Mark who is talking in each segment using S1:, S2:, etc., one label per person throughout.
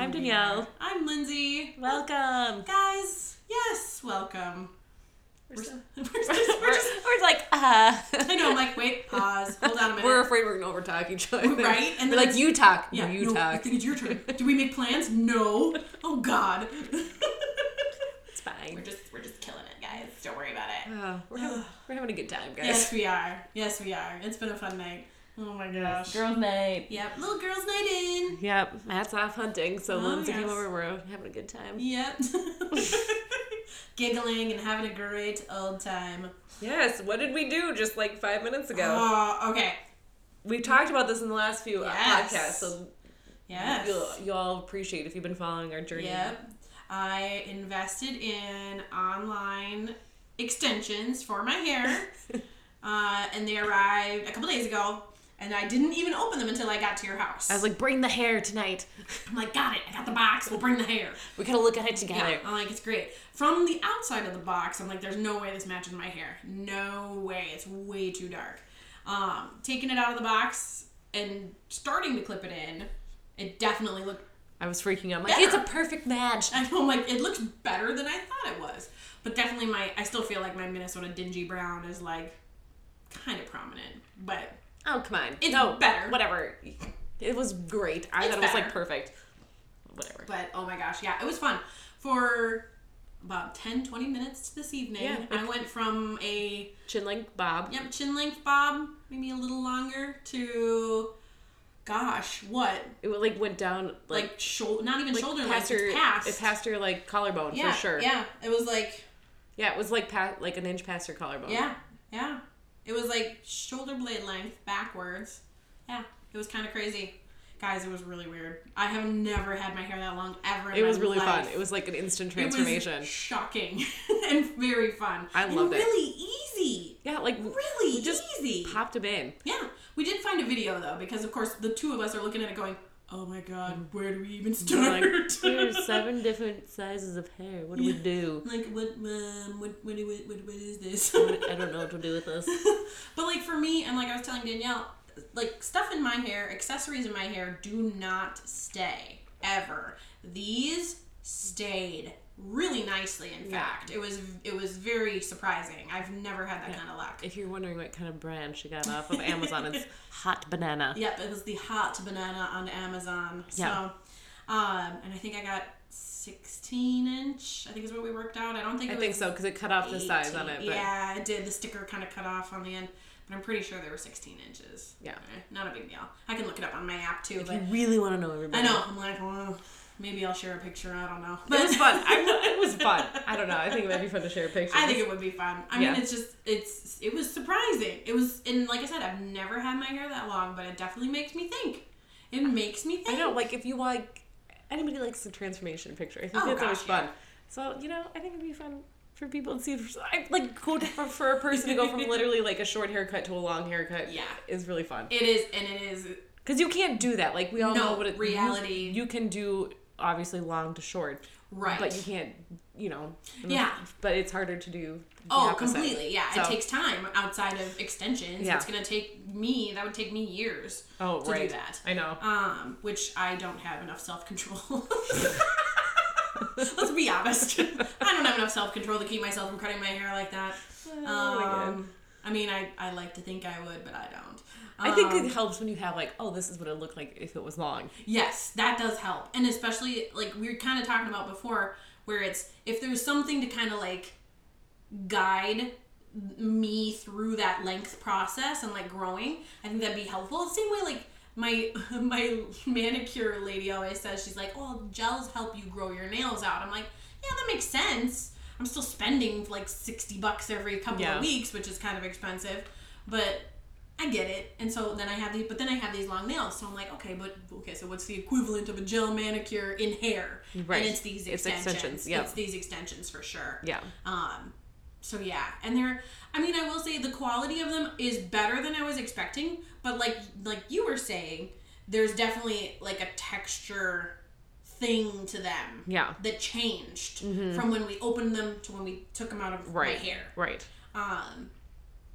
S1: Danielle.
S2: Oh, I'm Lindsay.
S1: Welcome.
S2: Guys, yes, welcome.
S1: We're,
S2: We're,
S1: so-
S2: we're just, we're just,
S1: we're like, uh.
S2: I know, I'm like, wait, pause, hold on a minute.
S1: We're afraid we're gonna overtalk each other.
S2: Right? And then
S1: we're like,
S2: it's-
S1: you talk.
S2: yeah,
S1: no,
S2: no,
S1: you
S2: I
S1: talk.
S2: think it's your turn. Do we make plans? No. Oh, God.
S1: It's
S2: we're
S1: fine.
S2: just, we're just killing it, guys. Don't worry about it.
S1: Oh, we're, having, we're having a good time,
S2: Yes,
S1: guys.
S2: we are. Yes, we are. It's been a fun night. Oh, my gosh.
S1: Girls' night.
S2: Yep, little girl's night in.
S1: Yep, Matt's off hunting, so
S2: Oh,
S1: Lindsay came
S2: yes.
S1: over. We're having a good time.
S2: Yep. Giggling and having a great old time.
S1: Yes. What did we do just like five minutes ago?
S2: Oh, okay.
S1: we talked about this in the last few uh
S2: Yes.
S1: podcasts, so
S2: Yes.
S1: you'll, you'll all appreciate if you've been following our journey.
S2: Yep. I invested in online extensions for my hair, uh, and they arrived a couple days ago. And I didn't even open them until I got to your house.
S1: I was like, bring the hair tonight.
S2: I'm like, got it. I got the box. We'll bring the hair.
S1: We gotta look at it together.
S2: Yeah. I'm like, it's great. From the outside of the box, I'm like, there's no way this matches my hair. No way. It's way too dark. Um, taking it out of the box and starting to clip it in, it definitely looked
S1: I was freaking out. I'm like,
S2: Better.
S1: it's a perfect match.
S2: I know, like it looks better than I thought it was, but definitely my I still feel like my Minnesota dingy brown is like kind of prominent, but
S1: Oh come on.
S2: It's
S1: no,
S2: better.
S1: Whatever. It was great. I
S2: It's
S1: thought it was like
S2: better.
S1: perfect. Whatever.
S2: but oh my gosh, yeah, it was fun for about 10, 20 minutes this evening.
S1: Yeah.
S2: I went from a
S1: Chin length bob.
S2: yep chin length bob, maybe a little longer, to gosh, what
S1: It like went down
S2: like,
S1: like,
S2: shoulder, not even
S1: like,
S2: shoulder length,
S1: past your
S2: it's past.
S1: it's past your like collarbone
S2: yeah,
S1: for sure.
S2: Yeah, it was like
S1: Yeah, it was like past like an inch past your collarbone.
S2: Yeah, yeah. It was like shoulder blade length backwards. Yeah, it was kind of crazy. Guys, it was really weird. I have never had my hair that long ever. In
S1: It
S2: my
S1: was really
S2: life.
S1: fun. It was like an instant
S2: It was
S1: transformation.
S2: shocking and very fun.
S1: I
S2: And
S1: loved it.
S2: Really easy.
S1: yeah, like
S2: Really
S1: We just
S2: easy.
S1: popped him in.
S2: yeah, we did find a video though because of course the two of us are looking at it going, "Oh my god, where do we even start?"
S1: Mm. Like here's seven different sizes of hair. What do we do?
S2: Like, what, um, what, what, what, what what is this?
S1: I don't know what to do with this.
S2: but like for me, and like I was telling Danielle, like stuff in my hair, accessories in my hair do not stay ever. These stayed really nicely. In
S1: Yeah.
S2: fact, it was it was very surprising. I've never had that kind of luck.
S1: If you're wondering what kind of brand she got off of Amazon, it's Hot Banana.
S2: Yep, it was the hot banana on Amazon.
S1: Yeah.
S2: So, um, and I think I got 16 inch. I think is what we worked out. I don't think
S1: I
S2: it
S1: think
S2: was
S1: so because it cut off the size on it.
S2: 18.
S1: But yeah.
S2: Yeah, it did. The sticker kind of cut off on the end, but I'm pretty sure they were 16 inches.
S1: Yeah.
S2: Eh, Not a big deal. I can look it up on my app too,
S1: I
S2: but
S1: really want to know everybody.
S2: I know. I'm like, oh, maybe I'll share a picture. I don't know. But
S1: It was fun. I, it was fun. I don't know. I think it might be fun to share pictures.
S2: I think it would be fun. I
S1: Yeah.
S2: mean, it's just, it's, it was surprising. It was, and like I said, I've never had my hair that long, but it definitely makes me think. It makes me
S1: I
S2: think.
S1: know. Like if you like, anybody likes the transformation picture. I think
S2: Oh,
S1: that's always
S2: gosh,
S1: fun. So you know, I think it'd be fun for people to see. If, I, like go to- for, for a person to go from literally like a short haircut to a long haircut.
S2: Yeah.
S1: is really fun
S2: It is, and it is.
S1: because you can't do that. Like we all
S2: No,
S1: know what it,
S2: reality.
S1: You, you can do obviously long to short.
S2: Right.
S1: But you can't, you know.
S2: Yeah.
S1: But it's harder to do. the
S2: Oh,
S1: opposite.
S2: completely. Yeah, it
S1: So-
S2: takes time outside of extensions.
S1: Yeah.
S2: It's gonna take me. That would take me years.
S1: Oh,
S2: to do
S1: right.
S2: that.
S1: I know.
S2: Um, which I don't have enough self control. Let's be honest. I don't have enough self control to keep myself from cutting my hair like that.
S1: my God.
S2: Um, I mean, I I like to think I would, but I don't.
S1: I think
S2: Um,
S1: it helps when you have like, oh, this is what it looked like if it was long.
S2: Yes, that does help. And especially like we were kind of talking about before where it's if there's something to kind of like guide me through that length process and like growing, I think that'd be helpful. The same way like my my manicure lady always says she's like, "Oh, gels help you grow your nails out." I'm like, "Yeah, that makes sense." I'm still spending like 60 bucks every couple
S1: Yeah.
S2: of weeks, which is kind of expensive, but I get it. And so then I have these, but then I have these long nails. So I'm like, okay, but okay, so what's the equivalent of a gel manicure in hair?
S1: Right.
S2: And it's these
S1: It's
S2: extensions.
S1: extensions, yeah.
S2: It's these extensions for sure.
S1: Yeah.
S2: Um, so yeah, and they're. I mean, I will say the quality of them is better than I was expecting, but like like you were saying, there's definitely like a texture thing to them.
S1: Yeah. Mm-hmm.
S2: That changed from when we opened them to when we took them out of
S1: Right.
S2: my hair.
S1: Right.
S2: Um,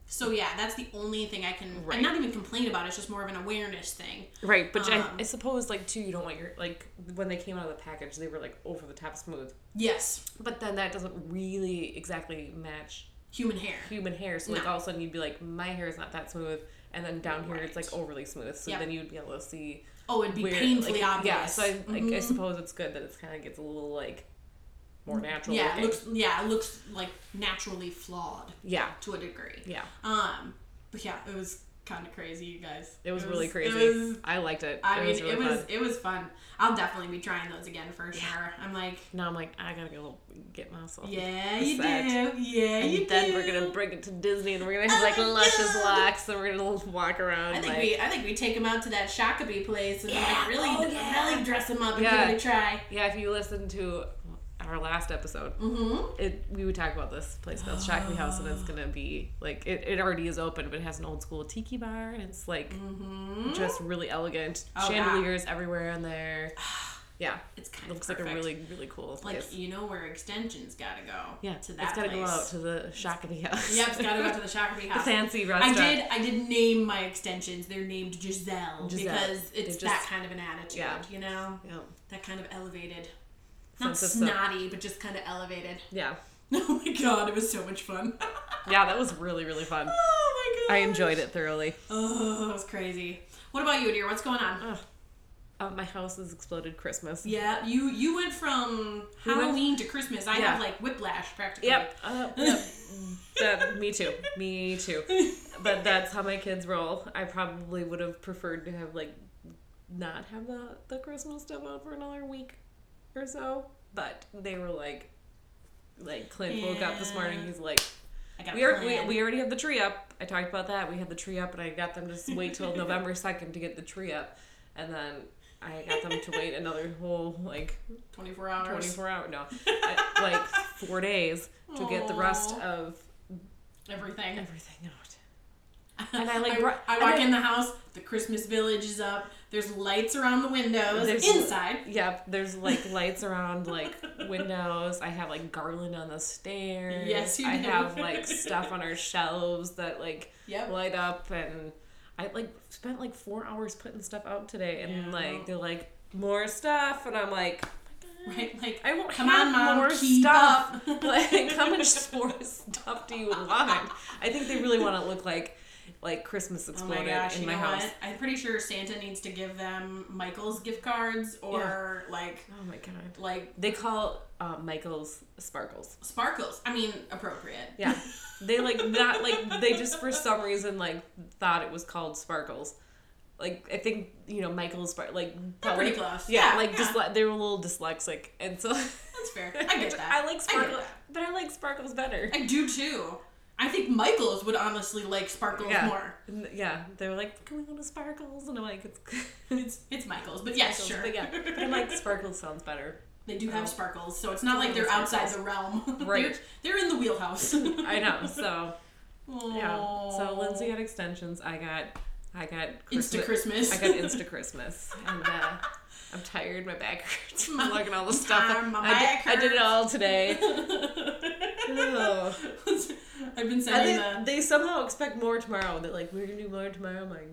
S2: So yeah, that's the only thing I can
S1: Right.
S2: and not even complain about. It's just more of an awareness thing.
S1: Right, but I,
S2: Um,
S1: I suppose like too, you don't want your like when they came out of the package, they were like over the top smooth,
S2: Yes,
S1: but then that doesn't really exactly match
S2: human hair.
S1: human hair. So like
S2: No.
S1: all of a sudden you'd be like, my hair is not that smooth, and then down here it's
S2: Right.
S1: like overly smooth. So
S2: Yep.
S1: then you'd be able to see
S2: Oh, it'd be
S1: where-
S2: painfully
S1: like,
S2: obvious.
S1: Yeah, so I, like, I
S2: Mhm.
S1: suppose it's good that it's kind of gets a little like more natural.
S2: yeah, it
S1: looking.
S2: looks yeah, it looks like naturally flawed
S1: yeah,
S2: to a degree.
S1: yeah.
S2: Um, but yeah, it was kind of crazy, you guys.
S1: It was, really crazy.
S2: It was,
S1: I liked it.
S2: I
S1: it
S2: mean,
S1: was really
S2: it was
S1: fun.
S2: it was fun. I'll definitely be trying those again for sure. I'm like,
S1: Now I'm like, I gotta go get myself.
S2: yeah, you
S1: Set.
S2: do, yeah, you
S1: And then
S2: do.
S1: we're gonna bring it to Disney, and we're gonna have
S2: Oh
S1: like
S2: my
S1: luscious
S2: God.
S1: locks, and we're gonna walk around.
S2: I think
S1: like,
S2: we I think we take him out to that Shakopee place and like really
S1: Oh, yeah.
S2: really dress him up and
S1: Yeah.
S2: give it a try.
S1: yeah, if you listen to our last episode,
S2: Mm-hmm.
S1: it we would talk about this place called Shackley House, and it's gonna be like it, it already is open, but it has an old school tiki bar, and it's like
S2: Mm-hmm.
S1: just really elegant
S2: Oh, yeah.
S1: chandeliers everywhere in there. Yeah,
S2: it's
S1: it
S2: kind
S1: looks
S2: of
S1: like a
S2: perfect.
S1: really really cool
S2: like
S1: place.
S2: you know where extensions gotta go.
S1: yeah,
S2: to that
S1: it's gotta
S2: place.
S1: go out to the Shackley House.
S2: Yep, it's gotta go to the Shakopee
S1: the
S2: house.
S1: fancy
S2: I
S1: restaurant.
S2: did. I did name my extensions. They're named Giselle,
S1: Giselle.
S2: because it's
S1: They're
S2: that
S1: just-
S2: kind of an attitude.
S1: Yeah.
S2: You know,
S1: Yeah.
S2: that kind of elevated, not
S1: Sense of self.
S2: snotty, but just kind of elevated.
S1: yeah,
S2: Oh my god, it was so much fun.
S1: yeah, that was really really fun.
S2: oh my god,
S1: I enjoyed it thoroughly.
S2: Oh, that was crazy. What about you, dear? What's going on? Oh,
S1: Uh, my house has exploded Christmas.
S2: Yeah, you you went from
S1: We went-
S2: Halloween to Christmas. I
S1: Yeah.
S2: have like whiplash practically.
S1: Yep. Uh, yep. That- me too. Me too. But that's how my kids roll. I probably would have preferred to have like not have the the Christmas stuff out for another week or so. But they were like, like Clint woke up this morning.
S2: Yeah.
S1: He's like,
S2: I got
S1: we
S2: a
S1: are we,
S2: plan.
S1: we already have the tree up. I talked about that. We had the tree up, and I got them to just wait till November second to get the tree up, and then I got them to wait another whole like
S2: 24 hours.
S1: 24 hour no I- like four days to get the rest
S2: Aw.
S1: of
S2: Everything.
S1: everything out And I, like,
S2: I,
S1: bru-
S2: I
S1: and
S2: walk
S1: I-
S2: in the house. The Christmas village is up. There's lights around the windows.
S1: There's-
S2: Inside,
S1: yep there's like lights around like windows i have like garland on the stairs
S2: Yes, you
S1: i
S2: do.
S1: have like stuff on our shelves that like
S2: Yep.
S1: light up and i like spent like four hours putting stuff out today and
S2: Yeah.
S1: like they're like more stuff and i'm like "Oh my God,
S2: Right? Like,
S1: I won't
S2: Come
S1: have
S2: on, Mom,
S1: more
S2: keep
S1: stuff.
S2: up.
S1: like, how much more stuff do you want? I think they really want to look like like Christmas
S2: oh my
S1: exploded
S2: gosh,
S1: in
S2: you
S1: my
S2: know
S1: house.
S2: what? I'm pretty sure Santa needs to give them Michael's gift cards or like
S1: Oh my god!
S2: like
S1: They call uh, Michael's sparkles.
S2: sparkles. I mean, appropriate.
S1: Yeah, they like not like they just for some reason like thought it was called sparkles. Like I think you know Michael's spark like
S2: They're
S1: probably-
S2: pretty close.
S1: Yeah,
S2: yeah
S1: like
S2: yeah.
S1: dysle- they were a little dyslexic, and so
S2: That's fair. I get that.
S1: I like sparkles, but I like sparkles better.
S2: I do too. I think Michael's would honestly like sparkles
S1: Yeah.
S2: more.
S1: And, yeah, they were like, "Can we go to Sparkles?" And I'm like, "It's,
S2: It's it's Michael's, but yes,
S1: Sparkles,
S2: sure.
S1: But yeah, but I'm like, "Sparkles sounds better."
S2: they do have sparkles, so it's not like
S1: Totally
S2: they're outside
S1: sparkles.
S2: the realm.
S1: Right.
S2: they're, they're in the wheelhouse.
S1: I know. So yeah. So
S2: Aw.
S1: Lindsay got extensions. I got, I got
S2: Insta
S1: Christmas.
S2: Christmas.
S1: I got Insta Christmas, and uh, I'm tired. My back hurts. from lugging all the stuff.
S2: tired, Ah, my
S1: I,
S2: back
S1: did, I did it all today. Ugh.
S2: I've been
S1: And
S2: sending
S1: they,
S2: the.
S1: they somehow expect more tomorrow. They're like, "We're gonna do more tomorrow." I'm like,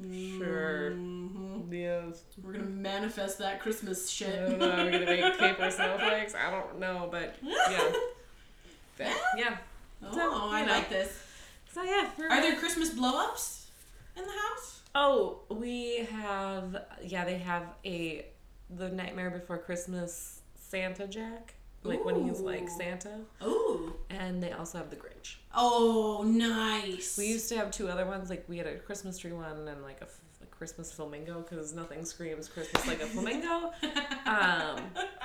S1: Sure.
S2: Mhm.
S1: "Yes."
S2: We're gonna manifest that Christmas
S1: I
S2: shit.
S1: don't know. Are we gonna make paper snowflakes? I don't know, but yeah, But, yeah.
S2: oh,
S1: So,
S2: I
S1: you know.
S2: like this.
S1: So yeah. we're-
S2: Are there Christmas blow ups in the house?
S1: Oh, we have yeah, they have a the Nightmare Before Christmas Santa Jack, like when he's like
S2: Ooh.
S1: Santa,
S2: Oh.
S1: and they also have the Grinch.
S2: Oh, nice.
S1: We used to have two other ones, like we had a Christmas tree one and like a, f- a Christmas flamingo because nothing screams Christmas like a flamingo. um,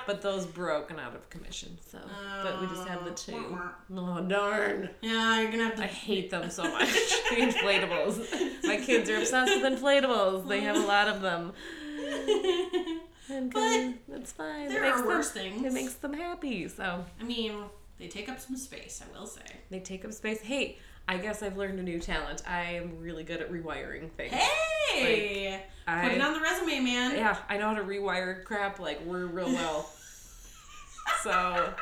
S1: but those broke and out of commission, so but we just have the two. Oh darn!
S2: Yeah, you're gonna have to.
S1: I hate them so much. the inflatables. My kids are obsessed with inflatables. They have a lot of them. And
S2: But
S1: good. That's fine.
S2: there
S1: makes
S2: are worse
S1: them,
S2: things.
S1: It makes them happy. So
S2: I mean, they take up some space. I will say.
S1: they take up space. Hey, I guess I've learned a new talent. I am really good at rewiring things.
S2: Hey,
S1: I,
S2: put it on the resume, man.
S1: yeah, I know how to rewire crap like we're real well. so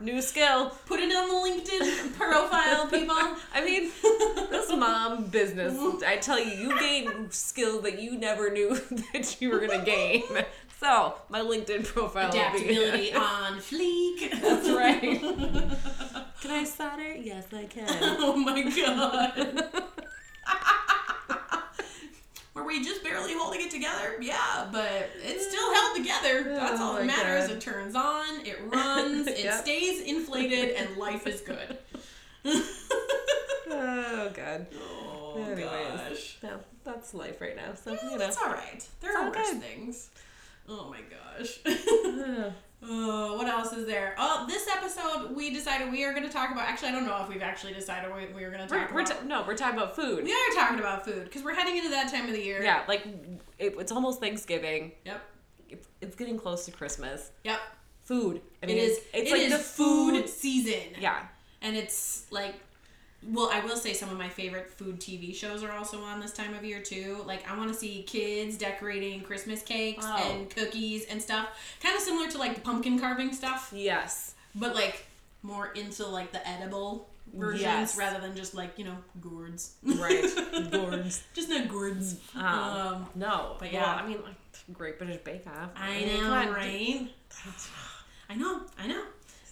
S1: New skill.
S2: Put it on the LinkedIn profile, people.
S1: I mean, this mom business. I tell you, you gain skill that you never knew that you were gonna gain. So my LinkedIn profile. will be-
S2: Adaptability on fleek.
S1: That's right. Can I solder? Yes, I can.
S2: Oh my god. Were we just barely holding it together? Yeah, but it's still held together. That's all
S1: Oh
S2: that
S1: my
S2: matters.
S1: God.
S2: It turns on, it runs, it
S1: Yep.
S2: stays inflated, and life is good.
S1: Oh god.
S2: oh
S1: Anyways.
S2: gosh.
S1: No, that's life right now. So
S2: Yeah,
S1: you know.
S2: It's alright. There
S1: It's
S2: are
S1: all
S2: worse
S1: good.
S2: things. Oh my gosh.
S1: Ugh.
S2: Oh, what else is there? Oh, this episode we decided we are going to talk about. Actually, I don't know if we've actually decided what we were going to talk
S1: We're,
S2: about.
S1: we're ta- no, we're talking about food.
S2: We are talking about food because we're heading into that time of the year.
S1: Yeah, like it, it's almost Thanksgiving.
S2: Yep.
S1: It's, it's getting close to Christmas.
S2: Yep.
S1: Food. I mean,
S2: it is.
S1: It's
S2: it
S1: like
S2: is
S1: the
S2: food,
S1: food.
S2: season.
S1: Yeah.
S2: And it's like, well, I will say some of my favorite food TV shows are also on this time of year too. Like, I want to see kids decorating Christmas cakes
S1: Wow.
S2: and cookies and stuff, kind of similar to like the pumpkin carving stuff,
S1: Yes.
S2: but like more into like the edible versions
S1: Yes.
S2: rather than just like you know gourds.
S1: Right. Gourds.
S2: just no gourds.
S1: Um,
S2: um
S1: No,
S2: But
S1: but
S2: yeah.
S1: yeah, well, I mean, like Great British Bake Off.
S2: I
S1: mean,
S2: know,
S1: come on,
S2: right? I know, I know.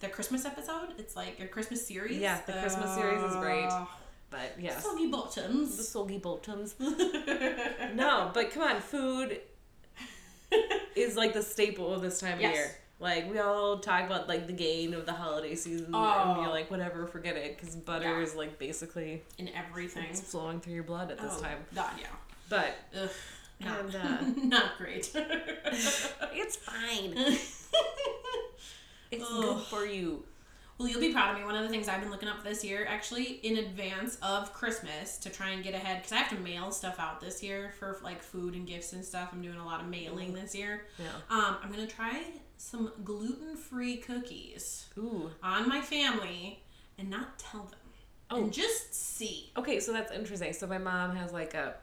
S2: The Christmas episode, it's like a Christmas series.
S1: Yeah, the Christmas series is great.
S2: Uh,
S1: But yes,
S2: Soggy
S1: the
S2: bottoms.
S1: soggy bottoms. No, but come on, food is like the staple of this time
S2: Yes.
S1: of year. Like we all talk about like the gain of the holiday season, and
S2: Oh.
S1: you're like, whatever, forget it, because butter
S2: Yeah.
S1: is like basically
S2: In everything.
S1: it's flowing through your blood at this
S2: Oh,
S1: time.
S2: God, yeah.
S1: But
S2: Ugh, not,
S1: And, uh,
S2: not great.
S1: it's fine. It's
S2: Ugh.
S1: good for you.
S2: well, you'll be proud of me. One of the things I've been looking up this year, actually, in advance of Christmas to try and get ahead, because I have to mail stuff out this year for like food and gifts and stuff. I'm doing a lot of mailing this year.
S1: Yeah.
S2: Um, I'm gonna try some gluten-free cookies
S1: Ooh.
S2: on my family and not tell them,
S1: Oh.
S2: and just see.
S1: Okay, so that's interesting. So my mom has like a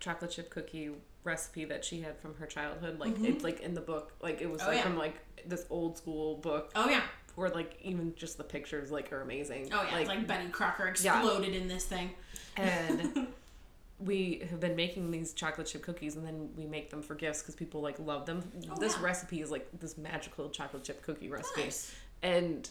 S1: chocolate chip cookie recipe that she had from her childhood. Like it's like in the book. Like it was
S2: Mm-hmm. Oh,
S1: like
S2: yeah.
S1: from like this old school book
S2: Oh yeah,
S1: where like even just the pictures like are amazing.
S2: oh yeah. it's like Betty Crocker exploded in this thing.
S1: and we have been making these chocolate chip cookies and then we make them for gifts because people like love them.
S2: Oh,
S1: this
S2: yeah.
S1: recipe is like this magical chocolate chip cookie recipe.
S2: Nice.
S1: and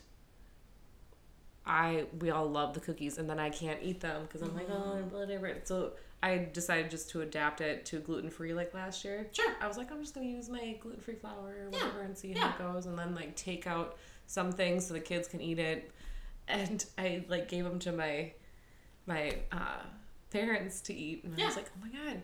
S1: I we all love the cookies, and then I can't eat them because I'm like, oh,
S2: Mm-hmm.
S1: whatever. So I decided just to adapt it to gluten free, like last year.
S2: Sure.
S1: I was like, I'm just gonna use my gluten free flour or
S2: Yeah,
S1: whatever and see
S2: yeah.
S1: how it goes, and then like take out some things so the kids can eat it. And I like gave them to my my uh, parents to eat, and
S2: Yeah.
S1: I was like, oh my god.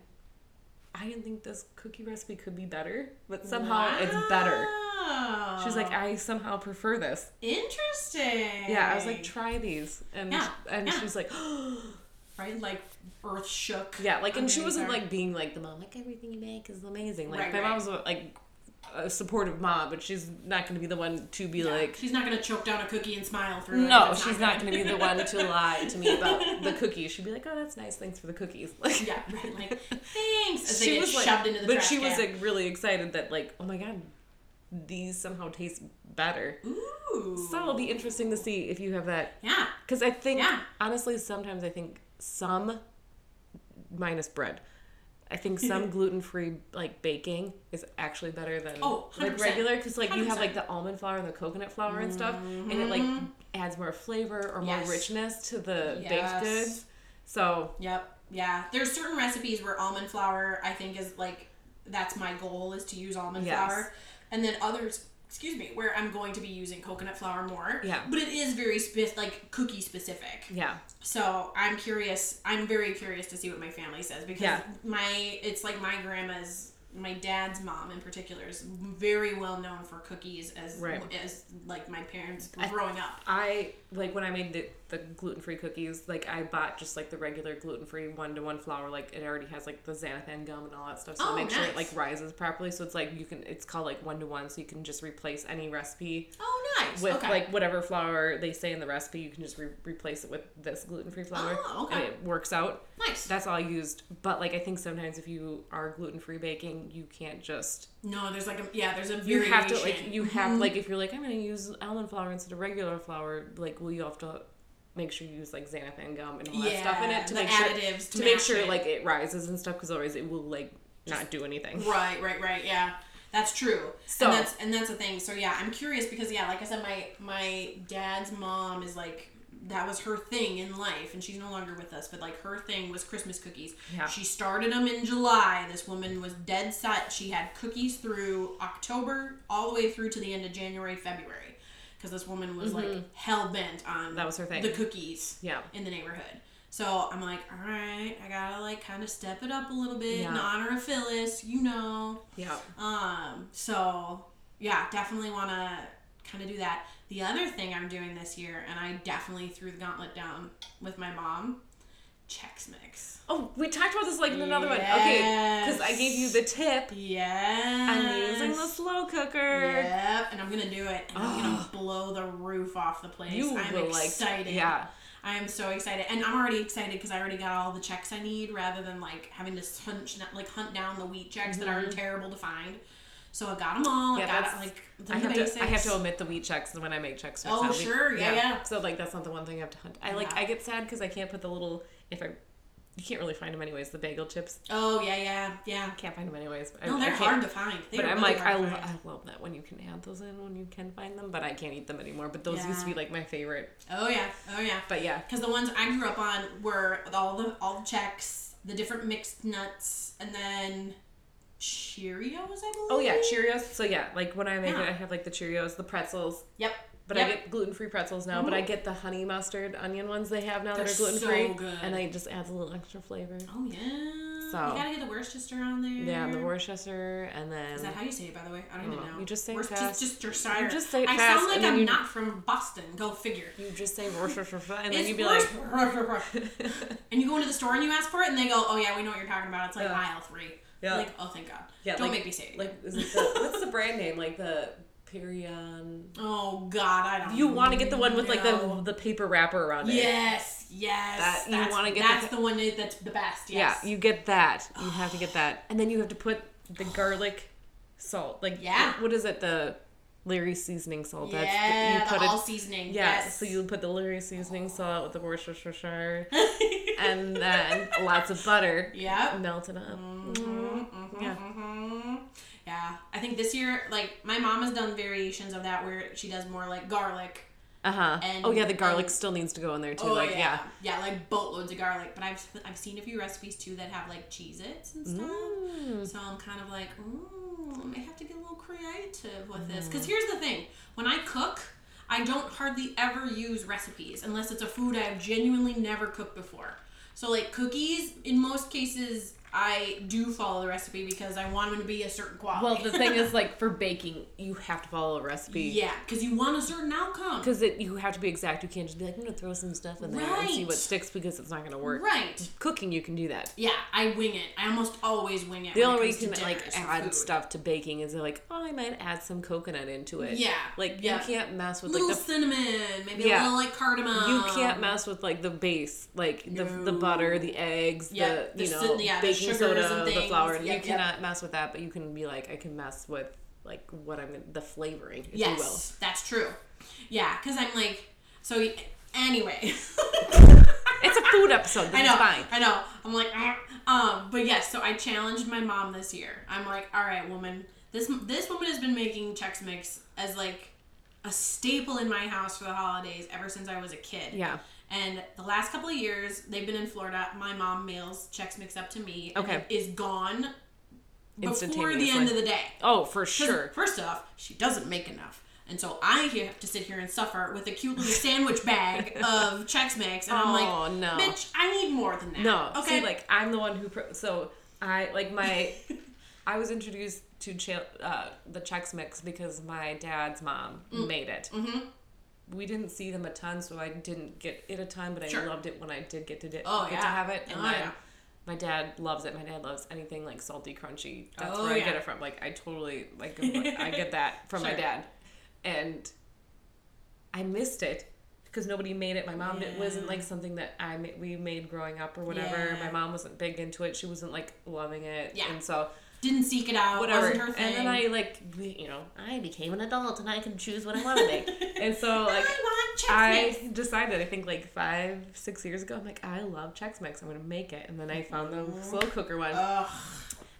S1: I didn't think this cookie recipe could be better, but somehow it's better.
S2: Wow.
S1: She's like, I somehow prefer this.
S2: interesting.
S1: Yeah, I was like, try these, and
S2: Yeah,
S1: and
S2: yeah.
S1: she's like, "Oh,
S2: right, like Earth shook.
S1: yeah, like, and she
S2: Amazing.
S1: wasn't like being like the mom, like everything you make is amazing. Like
S2: Right,
S1: my
S2: right.
S1: mom's like a supportive mom, but she's not going to be the one to be
S2: Yeah,
S1: like,
S2: she's not gonna choke down a cookie and smile through. it.
S1: no,
S2: That's
S1: she's
S2: good.
S1: not going to be the one to lie to me about the cookies. She'd be like, oh, that's nice, thanks for the cookies. Like,
S2: Yeah, right. Like, thanks. As they
S1: she
S2: get
S1: was like,
S2: shoved into the
S1: but
S2: trash
S1: she was
S2: can.
S1: like really excited that like, oh my god, these somehow taste better.
S2: ooh.
S1: So it'll be interesting to see if you have that
S2: Yeah.
S1: Because I think,
S2: Yeah.
S1: honestly, sometimes I think some, minus bread, I think some gluten free like baking is actually better than
S2: Oh,
S1: like
S2: 100%.
S1: regular because like you have
S2: 100%.
S1: like the almond flour and the coconut flour and stuff, and it like adds more flavor or
S2: Mm-hmm. Yes.
S1: more richness to the
S2: Yes.
S1: baked goods. So
S2: Yep. Yeah. There's certain recipes where almond flour, I think, is like that's my goal is to use almond
S1: Yes.
S2: flour, and then others, excuse me, where I'm going to be using coconut flour more.
S1: Yeah.
S2: But it is very spec like cookie specific.
S1: yeah,
S2: So I'm curious. I'm very curious to see what my family says because
S1: Yeah.
S2: my it's like my grandma's, my dad's mom in particular is very well known for cookies as
S1: Right.
S2: as like my parents
S1: I-
S2: growing up.
S1: I like when I made the, the gluten free cookies. Like I bought just like the regular gluten free one to one flour. Like it already has like the xanthan gum and all that stuff, so
S2: Oh,
S1: make sure
S2: nice.
S1: it like rises properly. So it's like you can. It's called like one to one, so you can just replace any recipe
S2: Oh, nice.
S1: with
S2: okay.
S1: like whatever flour they say in the recipe. You can just re- replace it with this gluten free flour.
S2: Oh, okay.
S1: And it works out.
S2: nice.
S1: That's all I used. But like I think sometimes if you are gluten free baking, you can't just
S2: no, there's like a yeah, there's a
S1: you
S2: variation.
S1: have to like you have like if you're like I'm gonna use almond flour instead of regular flour, like will you have to make sure you use like xanthan gum and all that stuff in
S2: Yeah,
S1: it to
S2: the
S1: make sure
S2: additives
S1: to,
S2: to
S1: make
S2: match
S1: sure
S2: it.
S1: like it rises and stuff because otherwise it will like not do anything.
S2: Right, right, right. Yeah, that's true.
S1: So-
S2: and that's and that's the thing. So yeah, I'm curious because yeah, like I said, my my dad's mom is like that was her thing in life, and she's no longer with us. But like her thing was Christmas cookies.
S1: Yeah.
S2: She started them in July. This woman was dead set. She had cookies through October, all the way through to the end of January, February, because this woman was like hell bent on
S1: Mm-hmm. That was her thing.
S2: The cookies
S1: Yeah.
S2: in the neighborhood. So I'm like, all right, I gotta like kind of step it up a little bit in
S1: Yeah.
S2: honor of Phyllis, you know.
S1: Yeah.
S2: Um, so yeah, definitely wanna kind of do that. The other thing I'm doing this year, and I definitely threw the gauntlet down with my mom, Chex Mix.
S1: Oh, we talked about this like in another one. Okay. Because I
S2: Yes.
S1: gave you the tip.
S2: Yes.
S1: I'm using the slow cooker.
S2: Yep, and I'm gonna do it, and I'm gonna blow the roof off the place.
S1: You
S2: I'm
S1: will like
S2: excited.
S1: Yeah.
S2: I am so excited, and I'm already excited because I already got all the checks I need, rather than like having to hunch, like hunt down the wheat checks that are terrible to find. So I got them all.
S1: Mm-hmm. Yeah,
S2: I got
S1: that's-
S2: like the
S1: I have,
S2: basics.
S1: to, I have to omit the wheat checks when I make checks.
S2: Oh,
S1: now.
S2: sure. Yeah, yeah.
S1: So, like, that's not the one thing I have to hunt. I, like,
S2: Yeah.
S1: I get sad because I can't put the little, if I, you can't really find them anyways, the bagel chips.
S2: Oh yeah, yeah, yeah.
S1: I can't find them anyways. I-
S2: No,
S1: I
S2: they're
S1: can't-
S2: hard to find. They
S1: But
S2: are
S1: I'm
S2: really
S1: like, I,
S2: hard to
S1: lo-
S2: find.
S1: I love that when you can add those in when you can find them, but I can't eat them anymore. But those used to
S2: Yeah.
S1: be, like, my favorite.
S2: oh yeah, oh yeah.
S1: But yeah.
S2: Because the ones I grew up on were with all the all the checks, the different mixed nuts, and then Cheerios, I believe.
S1: Oh, yeah, Cheerios. So, yeah, like, when I make
S2: Yeah.
S1: it, I have, like, the Cheerios, the pretzels.
S2: Yep.
S1: But I
S2: Yep.
S1: get gluten free pretzels now, but I get the honey mustard onion ones they have now
S2: They're
S1: that are gluten free.
S2: so good.
S1: And I just adds a little extra flavor.
S2: Oh yeah.
S1: So-
S2: you gotta get the Worcester on there.
S1: Yeah, the Worcester, and then
S2: Is that how you say it, by the way? I don't even
S1: know.
S2: know.
S1: Oh. You just say it
S2: Worcester-
S1: fast.
S2: Worcestershire.
S1: You just say it
S2: I
S1: fast,
S2: sound like
S1: and then
S2: I'm
S1: you-
S2: not from Boston. Go figure.
S1: you just say Worcester, and then
S2: It's
S1: you'd be like,
S2: Worcester- and you go into the store and you ask for it, and they go, "Oh yeah, we know what you're talking about. It's like
S1: Yeah.
S2: aisle three.
S1: Yeah.
S2: Like, oh thank God.
S1: Yeah,
S2: Don't
S1: like-
S2: make me say it.
S1: like, is it the, what's the brand name? Like the Perion.
S2: oh God, I don't.
S1: You want to get the one with like the
S2: know.
S1: the paper wrapper around it.
S2: Yes, yes.
S1: That- you
S2: that's,
S1: wanna get
S2: that's
S1: the-
S2: the one that- that's the best.
S1: Yeah,
S2: Yes.
S1: you get that. You have to get that, and then you have to put the garlic salt. Like,
S2: Yeah.
S1: what is it? The Leary seasoning salt.
S2: yeah.
S1: That's the, you put
S2: the
S1: it.
S2: all seasoning.
S1: yeah,
S2: Yes.
S1: so you put the Leary seasoning salt with the Worcestershire, and then lots of butter.
S2: Yep.
S1: Melt it up. Yeah.
S2: Yeah. hmm Yeah. I think this year, like, my mom has done variations of that where she does more like garlic.
S1: Uh huh.
S2: And-
S1: Oh yeah, the garlic
S2: and-
S1: still needs to go in there too. like Oh, yeah.
S2: yeah. like boatloads of garlic. But I've I've seen a few recipes too that have like Cheez Its and stuff.
S1: Mm.
S2: So I'm kind of like, ooh, I may have to get a little creative with
S1: Mm.
S2: this. Because here's the thing when I cook, I don't hardly ever use recipes unless it's a food I've genuinely never cooked before. So, like cookies, in most cases, I do follow the recipe because I want them to be a certain quality.
S1: Well, the thing is, like for baking, you have to follow a recipe
S2: yeah, because you want a certain outcome.
S1: because it you have to be exact. You can't just be like, I'm gonna throw some stuff in there and see what
S2: Right. Mm.
S1: sticks because it's not gonna work.
S2: Right.
S1: Cooking, you can do that.
S2: Yeah, I wing it. I almost always wing it.
S1: The
S2: when
S1: only way
S2: it
S1: you
S2: comes
S1: can
S2: to
S1: like
S2: dinners and
S1: add
S2: food.
S1: stuff to baking is like, oh, I might add some coconut into it.
S2: Yeah,
S1: Like
S2: yeah.
S1: you can't mess with
S2: little
S1: like the.
S2: cinnamon, maybe a
S1: Yeah.
S2: little like cardamom.
S1: You can't mess with like the base, like the the
S2: Um, No.
S1: butter, the eggs,
S2: Yeah,
S1: the
S2: the
S1: you
S2: ci-
S1: know
S2: yeah, the
S1: baking
S2: sugars and
S1: soda, the
S2: things.
S1: flour. and
S2: Yep,
S1: you
S2: yep.
S1: cannot mess with that, but you can be like, I can mess with like what I'm the flavoring, if you will.
S2: Yes, that's true. Yeah, because I'm like so. y- Anyway,
S1: It's a food episode. This
S2: I know.
S1: is fine.
S2: I know. I'm like, "Ah." um, but yes. So I challenged my mom this year. I'm like, all right, woman. This this woman has been making Chex Mix as like a staple in my house for the holidays ever since I was a kid.
S1: Yeah.
S2: And the last couple of years, they've been in Florida. My mom mails Chex Mix up to me. and
S1: Okay.
S2: it Is gone before the
S1: Instantaneously.
S2: end of the day.
S1: Oh, for
S2: 'Cause
S1: sure.
S2: First off, she doesn't make enough. And so I have to sit here and suffer with a cute little sandwich bag of Chex Mix. And I'm
S1: Oh,
S2: like,
S1: no.
S2: bitch, I need more than that.
S1: No.
S2: Okay.
S1: Okay. See, like I'm the one who. Pro- so I like my. I was introduced
S2: Mm. Mm-hmm.
S1: to ch- uh, the Chex Mix because my dad's mom made it. we didn't see them a ton, so I didn't get it a ton, but I
S2: Sure.
S1: loved it when I did get to di-
S2: Oh,
S1: get to
S2: yeah.
S1: have it. And
S2: Oh,
S1: then
S2: yeah.
S1: my dad loves it. My dad loves anything like salty, crunchy. That's
S2: Oh,
S1: where I
S2: yeah.
S1: get it from. Like I totally like I'm like, I get that from my
S2: Sure.
S1: dad, and I missed it because nobody made it. My mom it wasn't
S2: Yeah.
S1: like something that I ma- we made growing up or whatever.
S2: Yeah.
S1: My mom wasn't big into it. She wasn't like loving it.
S2: Yeah.
S1: and so
S2: Didn't seek it out.
S1: whatever.
S2: Wasn't her thing.
S1: And then I like you know I became an adult and I can choose what I want to make. and so like
S2: I want Chex Mix.
S1: I decided, I think like five, six years ago, I'm like, I love Chex Mix. I'm gonna make it. And then I found the slow cooker one,
S2: Ugh.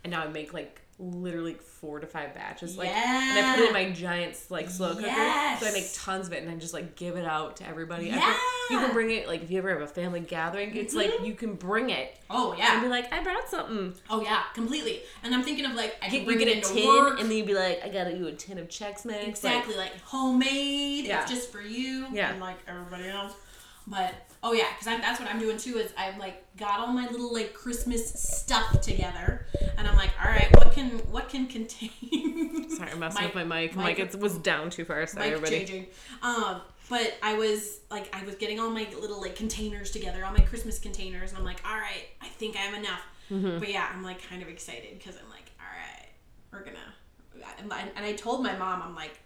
S1: and now I make like literally four to five batches. Like,
S2: yeah.
S1: and I put it in my giant like slow cooker, so I
S2: Yes.
S1: make tons of it, and I just like give it out to everybody. I
S2: Yeah.
S1: think you can bring it like if you ever have a family gathering, it's like you can bring it
S2: oh
S1: and
S2: yeah.
S1: be like, I brought something.
S2: Oh yeah. Completely. And I'm thinking of like I can
S1: Get, you
S2: bring
S1: get
S2: it
S1: a
S2: into
S1: tin,
S2: work.
S1: and then you'd be like, I got you a tin of Chex Mix. Like,
S2: exactly like, homemade
S1: Yeah.
S2: it's just for you
S1: Yeah.
S2: and like everybody else but oh yeah because that's what i'm doing too is i've like got all my little like christmas stuff together and i'm like all right what can what can contain
S1: Sorry, I'm messing
S2: Mike-
S1: with my mic.
S2: Mike-
S1: Mike, it was down too far. Sorry,
S2: like
S1: everybody.
S2: changing. Um, but I was like, I was getting all my little like containers together, all my Christmas containers, and I'm like, all right, I think I have enough.
S1: Mm-hmm.
S2: But yeah, I'm like kind of excited because I'm like, all right, we're gonna. And I- and I told my mom, I'm like,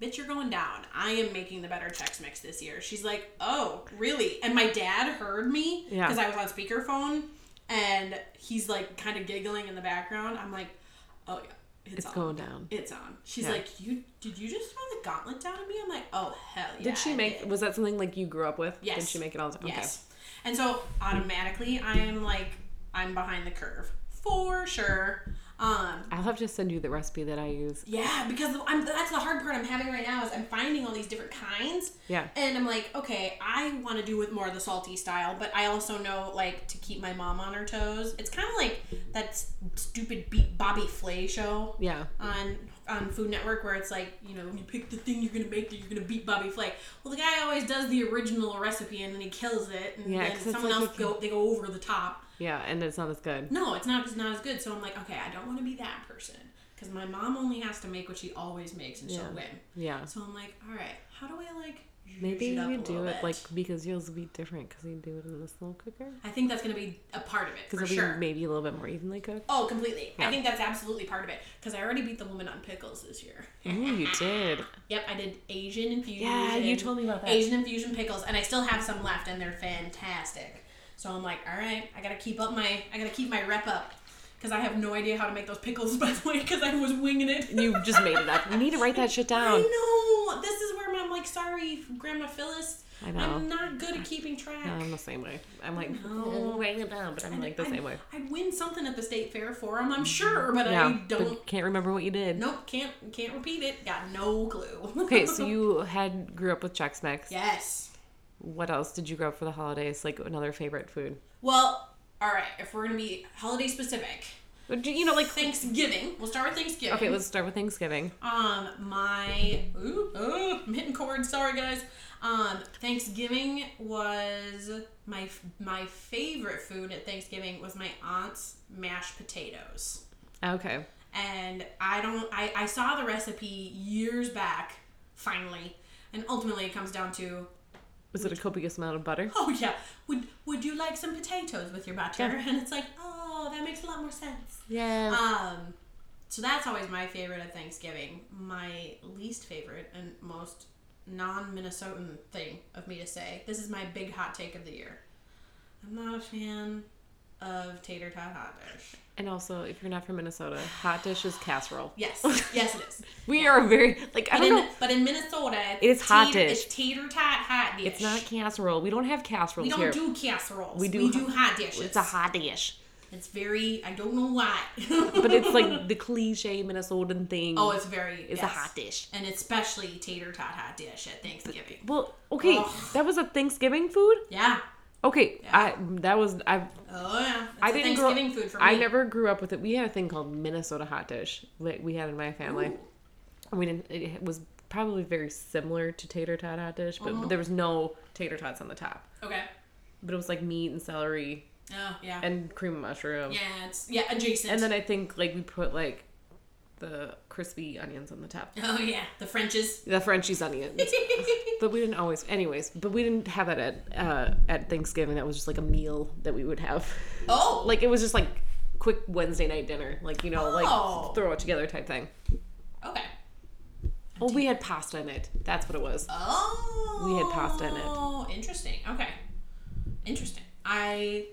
S2: bitch, you're going down. I am making the better Chex Mix this year. She's like, oh, really? And my dad heard me
S1: Yeah.
S2: because I was on speakerphone, and he's like kind of giggling in the background. I'm like, oh yeah.
S1: It's
S2: on."
S1: going down.
S2: It's on. She's
S1: Yeah.
S2: like, "You did you just throw the gauntlet down at me?" I'm like, "Oh hell yeah!"
S1: Did she
S2: I
S1: make?
S2: did."
S1: Was that something like you grew up with? Did
S2: Yes.
S1: she make it all the time?
S2: Yes. And so automatically, I'm like, I'm behind the curve for sure. Um,
S1: Okay. I'll have to send you the recipe that I use.
S2: yeah, because I'm that's the hard part I'm having right now is I'm finding all these different kinds.
S1: Yeah.
S2: And I'm like, okay, I want to do with more of the salty style, but I also know like to keep my mom on her toes. It's kind of like that s- stupid Be- Bobby Flay show.
S1: Yeah.
S2: on on Food Network where it's like, you know, you pick the thing you're gonna make that you're gonna beat Bobby Flay. Well, the guy always does the original recipe and then he kills it, and
S1: Yeah,
S2: then
S1: 'cause it's
S2: someone
S1: like
S2: else
S1: you
S2: go they go over the top.
S1: Yeah, and it's not as good.
S2: No, it's not it's not as good. So I'm like, okay, I don't want to be that person because my mom only has to make what she always makes and
S1: Yeah.
S2: she'll win.
S1: Yeah.
S2: So I'm like, all right, how do I like? zhuzh
S1: Maybe
S2: it up
S1: you
S2: a
S1: do
S2: little
S1: it
S2: bit?
S1: like because yours will be different because you do it in the slow cooker.
S2: I think that's gonna be a part of it
S1: Because
S2: for
S1: it'll
S2: sure.
S1: be maybe a little bit more evenly cooked.
S2: Oh, completely.
S1: Yeah.
S2: I think that's absolutely part of it because I already beat the woman on pickles this year.
S1: Ooh, you did.
S2: Yep, I did Asian infusion.
S1: Yeah, you told me about that.
S2: Asian infusion pickles, and I still have some left, and they're fantastic. So I'm like, all right, I gotta keep up my, I gotta keep my rep up, because I have no idea how to make those pickles by the way, because I was winging it.
S1: You just made it up. You need to write that shit down.
S2: I know. This is where I'm like, sorry, Grandma Phyllis.
S1: I know.
S2: I'm not good at keeping track.
S1: No, I'm the same way. I'm like,
S2: know.
S1: "Mm, write it down, but I'm like the
S2: I'd-
S1: same way.
S2: I'd win something at the state fair forum, I'm sure, but
S1: Yeah,
S2: I don't.
S1: but can't remember what you did.
S2: Nope, can't can't repeat it. Got no clue.
S1: Okay, so you had grew up with Chex Mix.
S2: Yes.
S1: What else did you grow up for the holidays? Like another favorite food?
S2: Well, all right. If we're gonna be holiday specific,
S1: Or do- You know, like
S2: Thanksgiving. We'll start with Thanksgiving.
S1: okay, let's start with Thanksgiving.
S2: Um, my ooh, ooh, I'm hitting chords. Sorry, guys. Um, Thanksgiving was my my favorite food at Thanksgiving was my aunt's mashed potatoes,
S1: Okay.
S2: and I don't. I I saw the recipe years back. Finally, and ultimately, it comes down to
S1: Was it a copious amount of butter?
S2: oh yeah, would would you like some potatoes with your butter? And it's like oh, that makes a lot more sense.
S1: Yeah.
S2: Um, so that's always my favorite at Thanksgiving. My least favorite and most non-Minnesotan thing of me to say. This is my big hot take of the year. I'm not a fan of tater tot hot dish.
S1: And also, if you're not from Minnesota, hot dish is casserole.
S2: Yes, yes it is.
S1: We are very like I
S2: But
S1: don't
S2: in,
S1: know.
S2: but in Minnesota,
S1: It is hot
S2: tater-
S1: dish.
S2: It's tater tot hot dish.
S1: It's not casserole. We don't have casseroles
S2: We don't
S1: here.
S2: do casseroles.
S1: We
S2: We
S1: do
S2: do,
S1: hot-
S2: hot dishes.
S1: it's a hot dish,
S2: It's very. I don't know why.
S1: but it's like the cliche Minnesotan thing.
S2: oh, it's very.
S1: it's a
S2: yes.
S1: hot dish.
S2: and especially tater tot hot dish at Thanksgiving.
S1: Well, okay,
S2: Ugh.
S1: that was a Thanksgiving food.
S2: Yeah.
S1: Okay, I that was I.
S2: Oh yeah. It's
S1: I
S2: a
S1: didn't grow.
S2: Thanksgiving food for me.
S1: I never grew up with it. We had a thing called Minnesota hot dish that we had in my family.
S2: Ooh.
S1: I mean, it was probably very similar to tater tot hot dish, but
S2: Uh-huh.
S1: there was no tater tots on the top.
S2: Okay.
S1: But it was like meat and celery
S2: Oh yeah.
S1: and cream of mushroom.
S2: yeah, it's yeah adjacent.
S1: And then I think like we put like the crispy onions on the top.
S2: Oh yeah, the Frenches.
S1: The Frenchie's onions. but we didn't always, anyways. But we didn't have that at uh, at Thanksgiving. That was just like a meal that we would have.
S2: Oh,
S1: Like it was just like quick Wednesday night dinner. Like you know,
S2: Oh.
S1: like throw it together type thing.
S2: okay.
S1: Well, we had pasta in it. That's what it was.
S2: Oh,
S1: We had pasta in it.
S2: Oh, interesting. Okay, interesting. I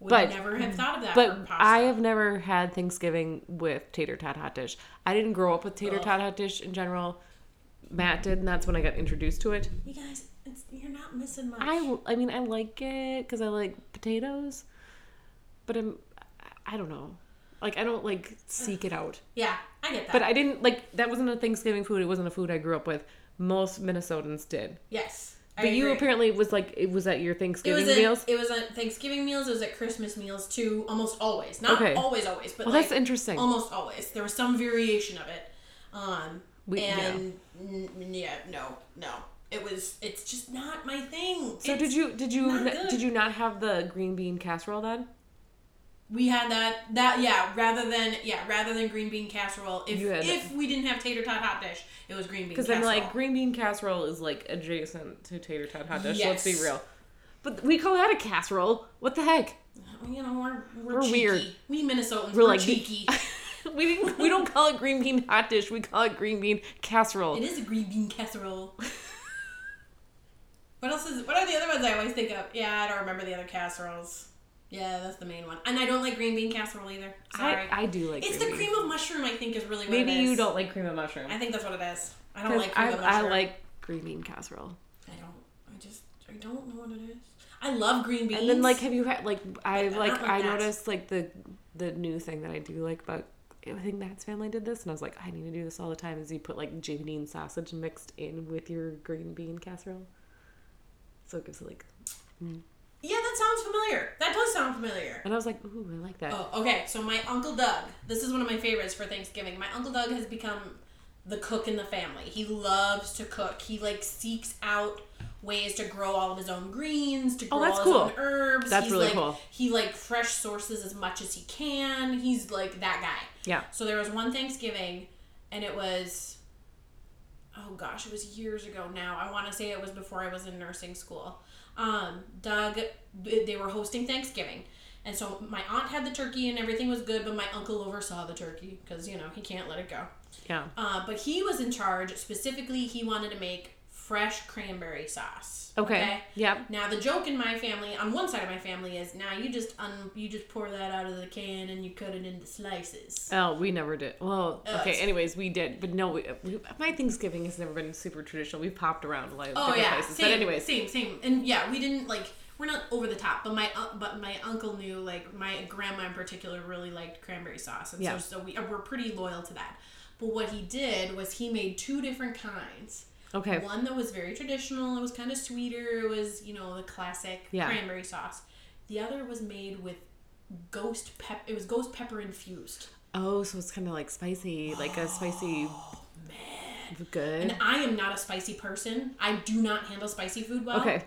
S2: would
S1: But-
S2: never have thought of that. for
S1: But
S2: pasta.
S1: I have never had Thanksgiving with tater tot hot dish. I didn't grow up with tater
S2: Ugh.
S1: tot hot dish in general. Matt did, and that's when I got introduced to it.
S2: you guys, it's, you're not missing much.
S1: I, I mean, I like it because I like potatoes, but I'm, I don't know. Like, I don't like seek it out.
S2: yeah, I get that.
S1: But I didn't like that wasn't a Thanksgiving food. It wasn't a food I grew up with. Most Minnesotans did.
S2: yes, I
S1: But you
S2: agree.
S1: apparently it was like it was at your
S2: It
S1: Thanksgiving
S2: was, at,
S1: meals.
S2: it was at Thanksgiving meals. It was at Christmas meals too. Almost always, not
S1: Okay.
S2: always, always, but
S1: Well,
S2: like
S1: that's interesting.
S2: almost always. There was some variation of it. Um,
S1: We- yeah.
S2: and n- yeah, no, no, it was. It's just not my thing.
S1: so
S2: It's-
S1: did you did you
S2: not
S1: n-
S2: good.
S1: did you not have the green bean casserole then?
S2: We had that that yeah rather than yeah rather than green bean casserole if
S1: You had-
S2: if we didn't have tater tot hot dish it was green bean
S1: Because
S2: casserole.
S1: I'm like green bean casserole is like adjacent to tater tot hot dish. Let's be
S2: Yes.
S1: real. But we call that a casserole. What the heck?
S2: you know we're we're,
S1: We're
S2: cheeky.
S1: weird.
S2: We Minnesotans
S1: We're
S2: we're,
S1: like the-
S2: cheeky.
S1: we didn't, we don't call it green bean hot dish. We call it green bean casserole.
S2: it is a green bean casserole. what else is what are the other ones I always think of? Yeah, I don't remember the other casseroles. Yeah, that's the main one. And I don't like green bean casserole either. Sorry.
S1: I, I do like
S2: it's
S1: green
S2: the
S1: bean.
S2: cream of mushroom I think is really what
S1: Maybe
S2: it is.
S1: you don't like cream of mushroom.
S2: I think that's what it is. I don't
S1: 'Cause
S2: like cream
S1: I,
S2: of
S1: I
S2: mushroom.
S1: like green bean casserole.
S2: I don't I just I don't know what it is. I love green beans.
S1: And then like have you had like I
S2: But uh-uh, not
S1: like
S2: like
S1: I
S2: that.
S1: noticed like the the new thing that I do like about I think Matt's family did this and I was like, I need to do this all the time is you put like Japanese sausage mixed in with your green bean casserole. So it gives it like
S2: Yeah, that sounds familiar. That does sound familiar.
S1: and I was like, ooh, I like that.
S2: Oh, okay. So my uncle Doug, this is one of my favorites for Thanksgiving. My uncle Doug has become the cook in the family. He loves to cook. He like seeks out ways to grow all of his own greens, to grow
S1: Oh, that's
S2: all his
S1: cool.
S2: own herbs.
S1: That's
S2: He's
S1: really
S2: like,
S1: cool.
S2: He like fresh sources as much as he can. He's like that guy.
S1: Yeah.
S2: So there was one Thanksgiving, and it was, oh gosh, it was years ago now. I want to say it was before I was in nursing school. Um, Doug, they were hosting Thanksgiving. And so my aunt had the turkey and everything was good, but my uncle oversaw the turkey because, you know, he can't let it go.
S1: Yeah.
S2: Uh, but he was in charge. Specifically, he wanted to make fresh cranberry sauce.
S1: Okay. Yeah.
S2: Now the joke in my family, on one side of my family, is now you just un- you just pour that out of the can and you cut it into slices.
S1: Oh, we never did. Well,
S2: Ugh.
S1: okay. Anyways, we did, but no. We, we, my Thanksgiving has never been super traditional. We've popped around a lot of
S2: Oh
S1: different
S2: yeah,
S1: places.
S2: same,
S1: but anyways,
S2: same, same, and yeah, we didn't like we're not over the top, but my un- but my uncle knew like my grandma in particular really liked cranberry sauce, and
S1: Yeah.
S2: so so we uh, we're pretty loyal to that. But what he did was he made two different kinds.
S1: okay.
S2: One that was very traditional, it was kind of sweeter, it was you know the classic
S1: Yeah.
S2: cranberry sauce. The other was made with ghost pep. It was ghost pepper infused.
S1: Oh, so it's kind of like spicy, like a spicy.
S2: And
S1: Good.
S2: I am not a spicy person. I do not handle spicy food well.
S1: Okay.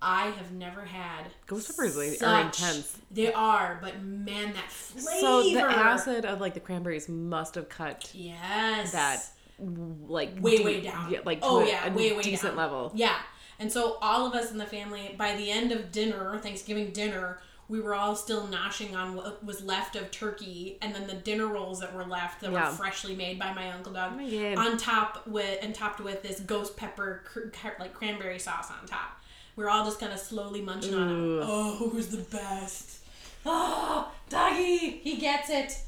S2: I have never had
S1: Ghost peppers are intense.
S2: They are, but man, that flavor.
S1: So the acid of like the cranberries must have cut
S2: yes,
S1: that like
S2: way
S1: deep-
S2: way down.
S1: Yeah, like
S2: oh
S1: to a-
S2: yeah,
S1: a
S2: way way
S1: decent
S2: down.
S1: level.
S2: Yeah, and so all of us in the family by the end of dinner, Thanksgiving dinner. We were all still noshing on what was left of turkey, and then the dinner rolls that were left that
S1: Yeah. Oh
S2: were freshly made by my uncle Doug,
S1: my God.
S2: on top with and topped with this ghost pepper cr- cr- like cranberry sauce on top. We're all just kind of slowly munching on
S1: Ooh.
S2: it. Oh, who was the best? Oh, doggy, he gets it.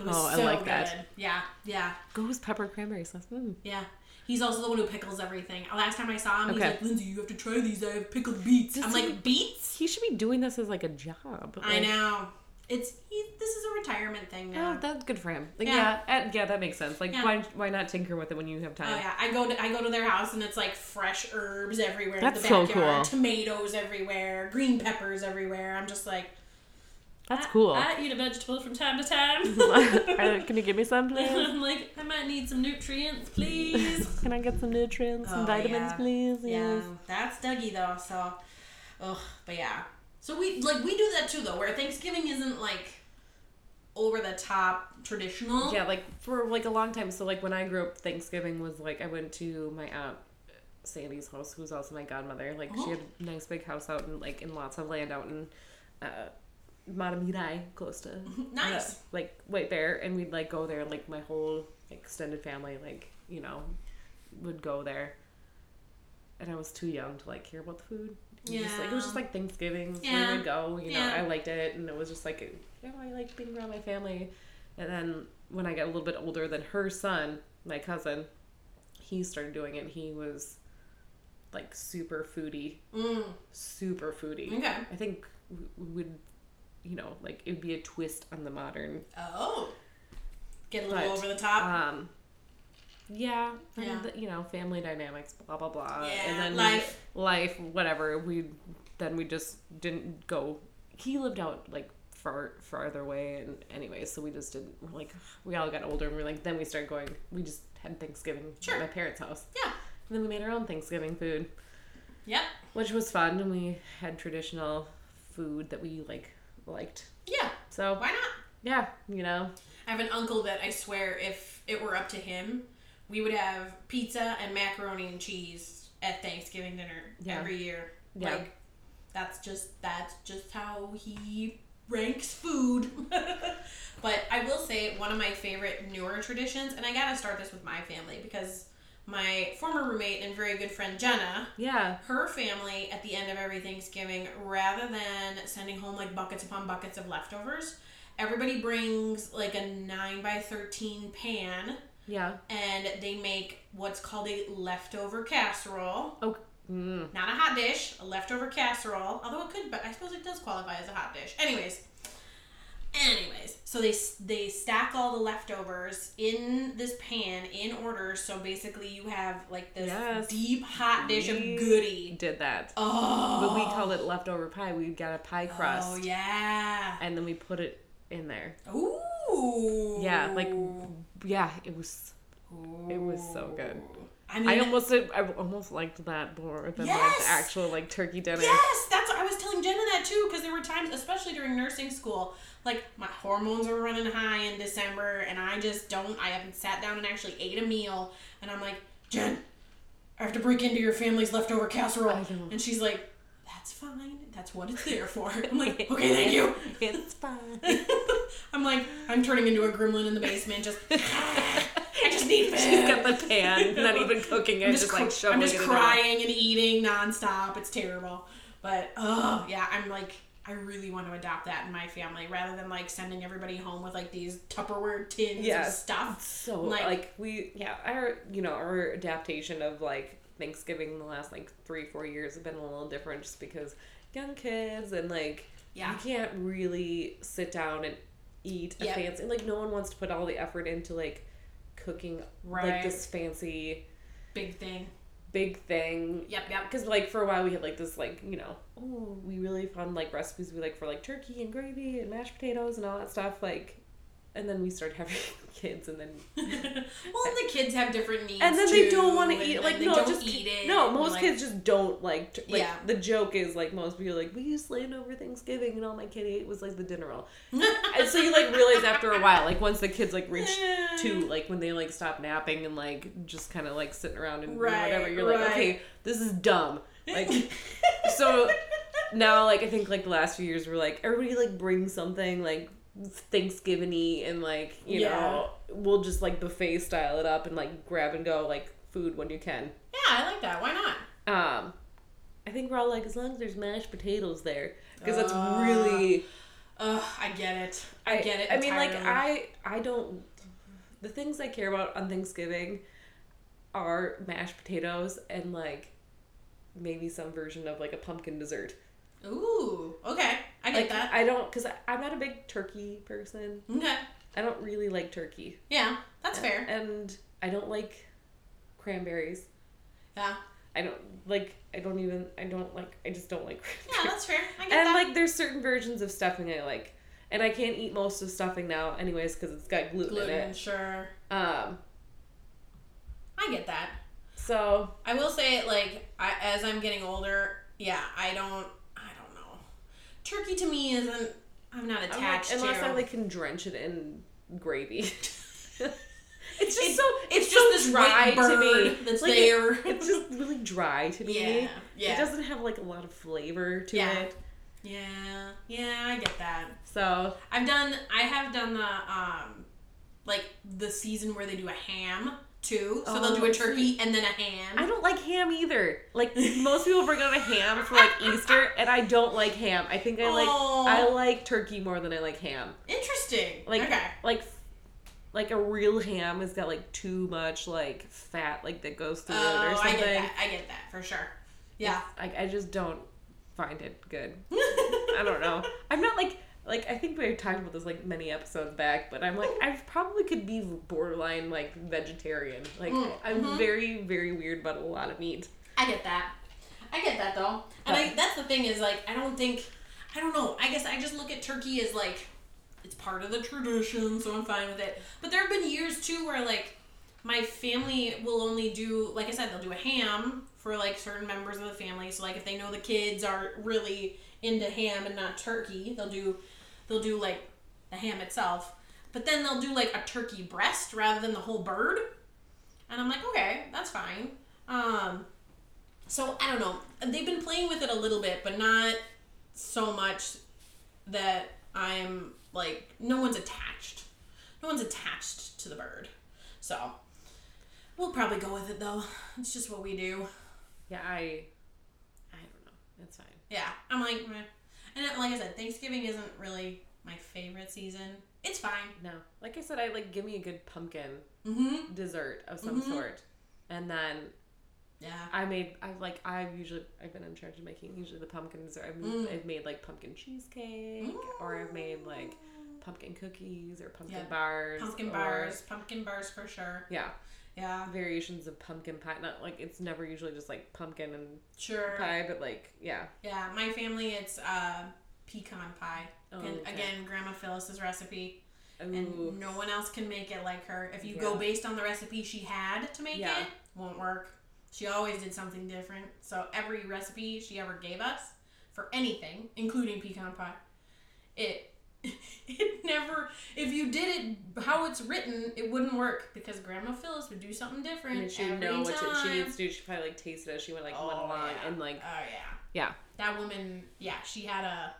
S2: It was
S1: Oh, I
S2: so
S1: like
S2: good.
S1: that.
S2: Yeah, yeah.
S1: Ghost pepper cranberry sauce. Mm.
S2: Yeah. He's also the one who pickles everything. Last time I saw him,
S1: Okay.
S2: he's like, Lindsay, you have to try these. I have pickled beets.
S1: Does
S2: I'm
S1: he-
S2: like, beets?
S1: He should be doing this as like a job.
S2: I
S1: like-
S2: know. It's he, this is a retirement thing
S1: Oh,
S2: now.
S1: that's good for him. Like, yeah,
S2: Yeah.
S1: yeah, yeah, that makes sense. Like,
S2: Yeah.
S1: why why not tinker with it when you have
S2: Oh,
S1: time?
S2: yeah, I go to I go to their house and it's like fresh herbs everywhere. in
S1: That's
S2: the
S1: so
S2: backyard,
S1: cool.
S2: Tomatoes everywhere, green peppers everywhere. I'm just like,
S1: That's
S2: I-
S1: cool.
S2: I, eat a vegetable from time to time.
S1: Are- Can you give me some, please?
S2: I'm like, I might need some nutrients, please.
S1: Can I get some nutrients, some
S2: Oh,
S1: vitamins,
S2: yeah.
S1: please?
S2: Yeah,
S1: Yes.
S2: that's Dougie though. So, ugh, but yeah. So we like we do that too though, where Thanksgiving isn't like over the top traditional.
S1: Yeah, like for like a long time. So like when I grew up, Thanksgiving was like I went to my aunt Sandy's house, who's also my godmother. Like she had a nice big house out and like in lots of land out in uh, Matamidai, close to
S2: Nice.
S1: uh, like White Bear, and we'd like go there. Like my whole extended family, like you know, would go there. And I was too young to like care about the food. It was just, like it was just like Thanksgiving. so
S2: Yeah.
S1: We would go. You know,
S2: Yeah.
S1: I liked it, and it was just like you know, I like being around my family. And then when I got a little bit older, then her son, my cousin, he started doing it. He was like super foodie,
S2: Mm,
S1: super foodie.
S2: okay.
S1: I think w- would you know like it would be a twist on the modern
S2: Oh. Get a little
S1: But,
S2: over the top.
S1: um yeah, and
S2: Uh. Yeah.
S1: the- you know family dynamics blah blah blah
S2: Yeah,
S1: and then we-
S2: life.
S1: life whatever we then we just didn't go he lived out like far farther away and anyway so we just didn't we're like we all got older and we're like then we started going we just had thanksgiving
S2: Sure.
S1: at my parents house
S2: yeah.
S1: and then we made our own thanksgiving food
S2: Yep.
S1: which was fun and we had traditional food that we like liked
S2: Yeah.
S1: so
S2: Why not?
S1: yeah you know
S2: I have an uncle that I swear, if it were up to him, we would have pizza and macaroni and cheese at Thanksgiving dinner
S1: Yeah.
S2: every year.
S1: Yeah.
S2: Like, that's just that's just how he ranks food. but I will say one of my favorite newer traditions, and I gotta start this with my family because my former roommate and very good friend Jenna,
S1: yeah
S2: her family at the end of every Thanksgiving, rather than sending home like buckets upon buckets of leftovers, everybody brings like a 9 by 13 pan
S1: yeah
S2: and they make what's called a leftover casserole.
S1: oh mm,
S2: Not a hot dish, a leftover casserole, although it could, but I suppose it does qualify as a hot dish. Anyways. Anyways, so they s- they stack all the leftovers in this pan in order. So basically, you have like this
S1: Yes.
S2: deep hot dish of
S1: We-
S2: goody.
S1: did that
S2: Oh,
S1: But we called it leftover pie. We got a pie crust
S2: Oh yeah.
S1: and then we put it in there.
S2: Ooh.
S1: Yeah, like yeah, it was. it was so
S2: Ooh.
S1: good.
S2: I mean,
S1: I almost I almost liked that more than like
S2: Yes!
S1: the actual like turkey dinner.
S2: yes, that's. I was telling Jenna that too because there were times, especially during nursing school, like my hormones were running high in December, and I just don't. I haven't sat down and actually ate a meal, and I'm like, Jen, I have to break into your family's leftover casserole,
S1: I know.
S2: and she's like, That's fine. That's what it's there for. I'm like, Okay, thank you.
S1: It's fun.
S2: I'm like, I'm turning into a gremlin in the basement. Just, I just need food.
S1: She's got the pan, not even cooking it,
S2: I'm
S1: just,
S2: just, cr-
S1: like shoveling
S2: I'm just
S1: it in her mouth.
S2: crying and eating nonstop. It's terrible. But oh yeah, I'm like, I really want to adopt that in my family rather than like sending everybody home with like these Tupperware tins of
S1: Yes.
S2: stuff.
S1: So
S2: Like-
S1: like, we yeah our you know our adaptation of like Thanksgiving the last like three four years have been a little different just because young kids and like
S2: Yeah.
S1: you can't really sit down and eat a
S2: Yep.
S1: fancy like no one wants to put all the effort into like cooking
S2: Right.
S1: like this fancy
S2: Big thing.
S1: big thing
S2: Yep, yep.
S1: because like for a while we had like this like you know oh we really found like recipes we like for like turkey and gravy and mashed potatoes and all that stuff like and then we started having kids and then
S2: well, the kids have different needs.
S1: and then they
S2: too,
S1: don't want
S2: and
S1: to eat
S2: then
S1: like
S2: they
S1: no
S2: don't
S1: just
S2: eat it.
S1: no
S2: and,
S1: most
S2: like,
S1: kids just don't like t- like
S2: Yeah.
S1: the joke is like most people are like we used to land over thanksgiving and all my kid ate was like the dinner roll and so you like realize after a while like once the kids like reach two like when they like stop napping and like just kind of like sitting around and
S2: Right,
S1: whatever you're like
S2: right.
S1: okay this is dumb like so now like i think like the last few years we're like everybody like brings something like thanksgiving-y and like you
S2: Yeah.
S1: know we'll just like buffet style it up and like grab and go like food when you can
S2: Yeah, I like that. Why not?
S1: um i think we're all like as long as there's mashed potatoes there because that's
S2: Uh,
S1: really
S2: Ugh, I get it. I, get it.
S1: I mean, like
S2: entirely.
S1: I, I don't. The things I care about on Thanksgiving are mashed potatoes and like maybe some version of like a pumpkin dessert.
S2: Ooh, okay. I get
S1: Like
S2: that.
S1: I don't, cause I, I'm not a big turkey person.
S2: Okay.
S1: I don't really like turkey,
S2: Yeah, that's fair.
S1: and I don't like cranberries.
S2: Yeah.
S1: I don't like. I don't even. I don't like. I just don't like cranberries.
S2: Yeah, that's fair. I get
S1: And
S2: that.
S1: like, there's certain versions of stuffing I like, and I can't eat most of stuffing now, anyways, because it's got gluten, in
S2: gluten,
S1: it.
S2: sure.
S1: Um.
S2: I get that.
S1: So
S2: I will say, like, I, as I'm getting older, yeah, I don't, I don't know. Turkey to me isn't I'm not
S1: I'm like,
S2: attached
S1: unless
S2: to.
S1: I like can drench it in gravy. it's just
S2: It-
S1: so
S2: it's
S1: it's,
S2: just
S1: so
S2: this
S1: dry
S2: white bird
S1: to me.
S2: that's
S1: Like,
S2: there.
S1: it- it's just really dry to me.
S2: Yeah, yeah.
S1: It doesn't have like a lot of flavor to
S2: Yeah.
S1: it.
S2: yeah, yeah, I get that.
S1: So
S2: I've done. I have done the um, like the season where they do a ham too. So they'll do
S1: Oh,
S2: a turkey and then a ham.
S1: I don't like ham either. Like most people bring out a ham for like Easter, and I don't like ham. I think I like
S2: Oh.
S1: I like turkey more than I like ham.
S2: Interesting.
S1: Like
S2: okay.
S1: like like a real ham has got like too much like fat like that goes through it or
S2: Oh, I
S1: something.
S2: get that. I get that for sure. Yeah.
S1: Like I just don't find it good. I don't know. I'm not like like I think we talked about this like many episodes back, but I'm like I probably could be borderline like vegetarian. Like
S2: Mm,
S1: I'm
S2: mm-hmm.
S1: very very weird about a lot of meat.
S2: I get that. I get that though. And I, that's the thing is like I don't think I don't know. I guess I just look at turkey as like it's part of the tradition, so I'm fine with it. But there have been years too where like my family will only do like I said they'll do a ham for like certain members of the family. So like if they know the kids are really into ham and not turkey, they'll do they'll do like the ham itself. But then they'll do like a turkey breast rather than the whole bird. And I'm like, okay, that's fine. Um, so I don't know. They've been playing with it a little bit, but not so much that I'm like no one's attached. No one's attached to the bird. So we'll probably go with it though. It's just what we do.
S1: Yeah, I I don't know. That's fine.
S2: Yeah. I'm like meh. and it- like I said, Thanksgiving isn't really my favorite season. It's fine.
S1: No. Like I said, I like give me a good pumpkin
S2: Mhm.
S1: dessert of some
S2: Mm-hmm.
S1: sort. And then
S2: Yeah.
S1: I made I like I've usually I've been in charge of making usually the pumpkin dessert. I've,
S2: Mm.
S1: I've made like pumpkin cheesecake or I've made like pumpkin cookies or pumpkin
S2: Yeah.
S1: bars.
S2: Pumpkin
S1: or-
S2: bars, pumpkin bars for sure.
S1: Yeah.
S2: Yeah.
S1: Variations of pumpkin pie. Not like it's never usually just like pumpkin and
S2: Sure.
S1: pie, but like yeah.
S2: Yeah, my family it's uh, pecan pie.
S1: Oh,
S2: and
S1: okay.
S2: again, Grandma Phyllis's recipe,
S1: Ooh.
S2: and no one else can make it like her. If you go
S1: Yeah.
S2: based on the recipe she had to make
S1: Yeah.
S2: it, won't work. She always did something different. So every recipe she ever gave us for anything, including pecan pie, it it never. If you did it how it's written, it wouldn't work because Grandma Phyllis would do something different
S1: And she
S2: every
S1: would
S2: time.
S1: know what to, she needs to do. She probably like tasted it as she went like went along
S2: yeah.
S1: and like
S2: oh yeah.
S1: yeah.
S2: that woman yeah she had a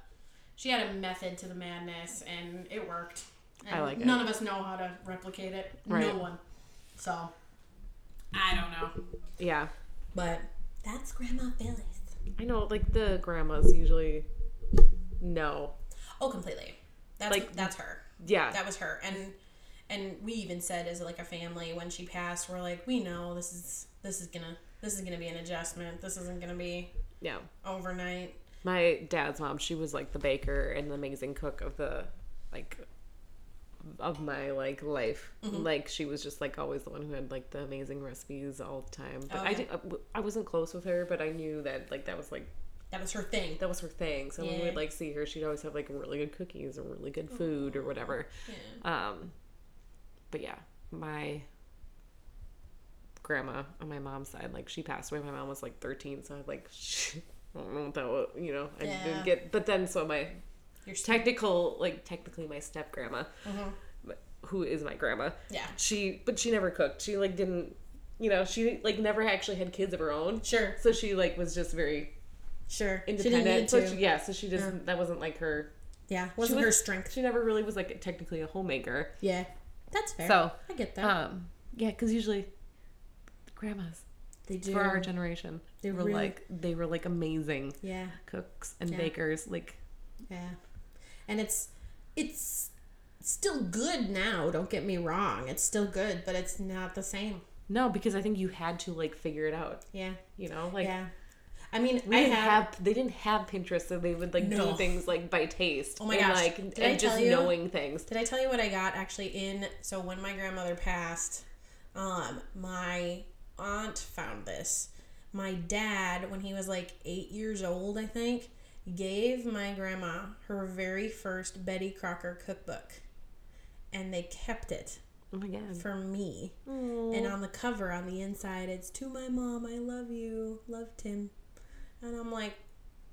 S2: she had a method to the madness and it worked and
S1: I like it.
S2: none of us know how to replicate it
S1: Right.
S2: no one so i don't know
S1: Yeah.
S2: but that's grandma phyllis
S1: I know, like the grandmas usually no.
S2: oh completely that's
S1: Like-
S2: that's her
S1: Yeah.
S2: that was her and and we even said as like a family when she passed we're like we know this is this is gonna this is gonna be an adjustment this isn't gonna be
S1: yeah.
S2: overnight
S1: My dad's mom, she was like the baker and the amazing cook of the like of my like life. Like she was just like always the one who had like the amazing recipes all the time. But
S2: Oh,
S1: I
S2: yeah.
S1: didn't, I w- I wasn't close with her, but I knew that like that was like
S2: that was her thing
S1: that was her thing. So when
S2: Yeah.
S1: we'd like see her, she'd always have like really good cookies or really good food or whatever. Um, but yeah, my grandma on my mom's side, like she passed away. My mom was like 13, so I like, I don't know what that was, you know, I
S2: Yeah.
S1: didn't get, but then so my
S2: Your step-
S1: technical, like technically my step grandma,
S2: Mm-hmm.
S1: who is my grandma,
S2: yeah
S1: she, but she never cooked. She like didn't, you know, she like never actually had kids of her own.
S2: sure
S1: So she like was just very
S2: sure
S1: independent.
S2: she
S1: so
S2: didn't need to.
S1: she, yeah, so she just, that wasn't like her,
S2: Yeah, wasn't
S1: was-
S2: her strength.
S1: she never really was like technically a homemaker.
S2: Yeah, that's fair.
S1: So
S2: I get that.
S1: Um, yeah, because usually grandmas
S2: they do.
S1: for our generation they
S2: They
S1: were
S2: really-
S1: like they were like amazing
S2: yeah,
S1: cooks and
S2: Yeah.
S1: bakers. Like
S2: yeah, and it's it's still good now. Don't get me wrong; it's still good, but it's not the same.
S1: no, because I think you had to like figure it out.
S2: Yeah,
S1: You know, like
S2: yeah. I mean,
S1: we
S2: I
S1: didn't
S2: have.
S1: have, they didn't have Pinterest, so they would like do
S2: No.
S1: things like by taste.
S2: Oh my
S1: and,
S2: gosh.
S1: Like
S2: Did
S1: and
S2: I
S1: just
S2: tell you?
S1: knowing things.
S2: Did I tell you what I got actually in? So when my grandmother passed, um, my aunt found this. My dad, when he was like eight years old, I think, gave my grandma her very first Betty Crocker cookbook, and they kept it
S1: Oh my god.
S2: for me. And on the cover, on the inside, it's to my mom, I love you, love Tim. And I'm like,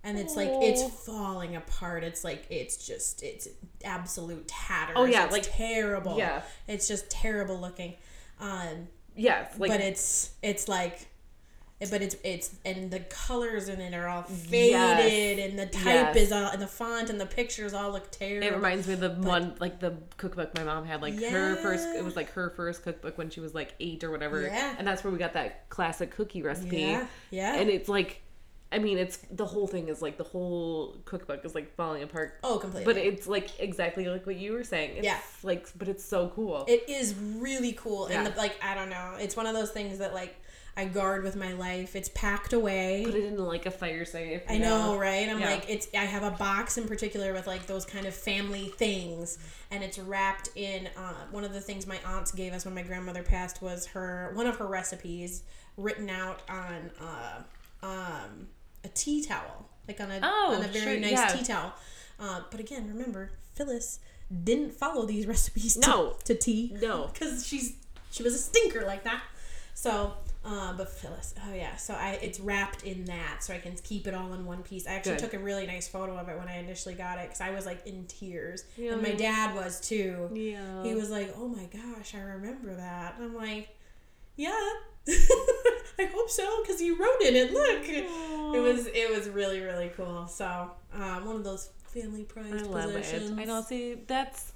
S2: and it's like it's falling apart. It's like it's just it's absolute tatters.
S1: Oh, yeah,
S2: It's
S1: like-
S2: terrible.
S1: yeah.
S2: it's just terrible looking. Um,
S1: Yes, like
S2: but it's it's like, but it's it's and the colors in it are all faded,
S1: Yes.
S2: and the type
S1: Yes.
S2: is all and the font and the pictures all look terrible.
S1: It reminds me of the one like the cookbook my mom had. Like her first
S2: Yeah.
S1: it was like her first cookbook when she was like eight or whatever.
S2: Yeah.
S1: And that's where we got that classic cookie recipe.
S2: Yeah, yeah.
S1: And it's like I mean it's the whole thing is like the whole cookbook is like falling apart.
S2: oh, completely.
S1: But it's like exactly like what you were saying. It's
S2: Yeah.
S1: like but it's so cool.
S2: It is really cool,
S1: Yeah.
S2: and the, like I don't know, it's one of those things that like I guard with my life. It's packed away.
S1: Put it in like a fire safe.
S2: I
S1: you
S2: know, right? I'm
S1: Yeah.
S2: like, it's. I have a box in particular with like those kind of family things, and it's wrapped in. Uh, one of the things my aunts gave us when my grandmother passed was her one of her recipes written out on uh, um, a tea towel, like on a
S1: Oh,
S2: on a very
S1: sure,
S2: nice
S1: yeah.
S2: tea towel. Uh, but again, remember Phyllis didn't follow these recipes to,
S1: No.
S2: to tea
S1: No.
S2: because she's she was a stinker like that. So, uh, but Phyllis, oh yeah. So I it's wrapped in that, so I can keep it all in one piece. I actually
S1: Good.
S2: took a really nice photo of it when I initially got it because I was like in tears, and
S1: Yeah.
S2: my dad was too.
S1: Yeah.
S2: He was like, "Oh my gosh, I remember that." And I'm like, "Yeah, I hope so because you wrote in it. Look, it was it was really really cool. So um, one of those family prized
S1: I love it.
S2: possessions.
S1: I know. See, that's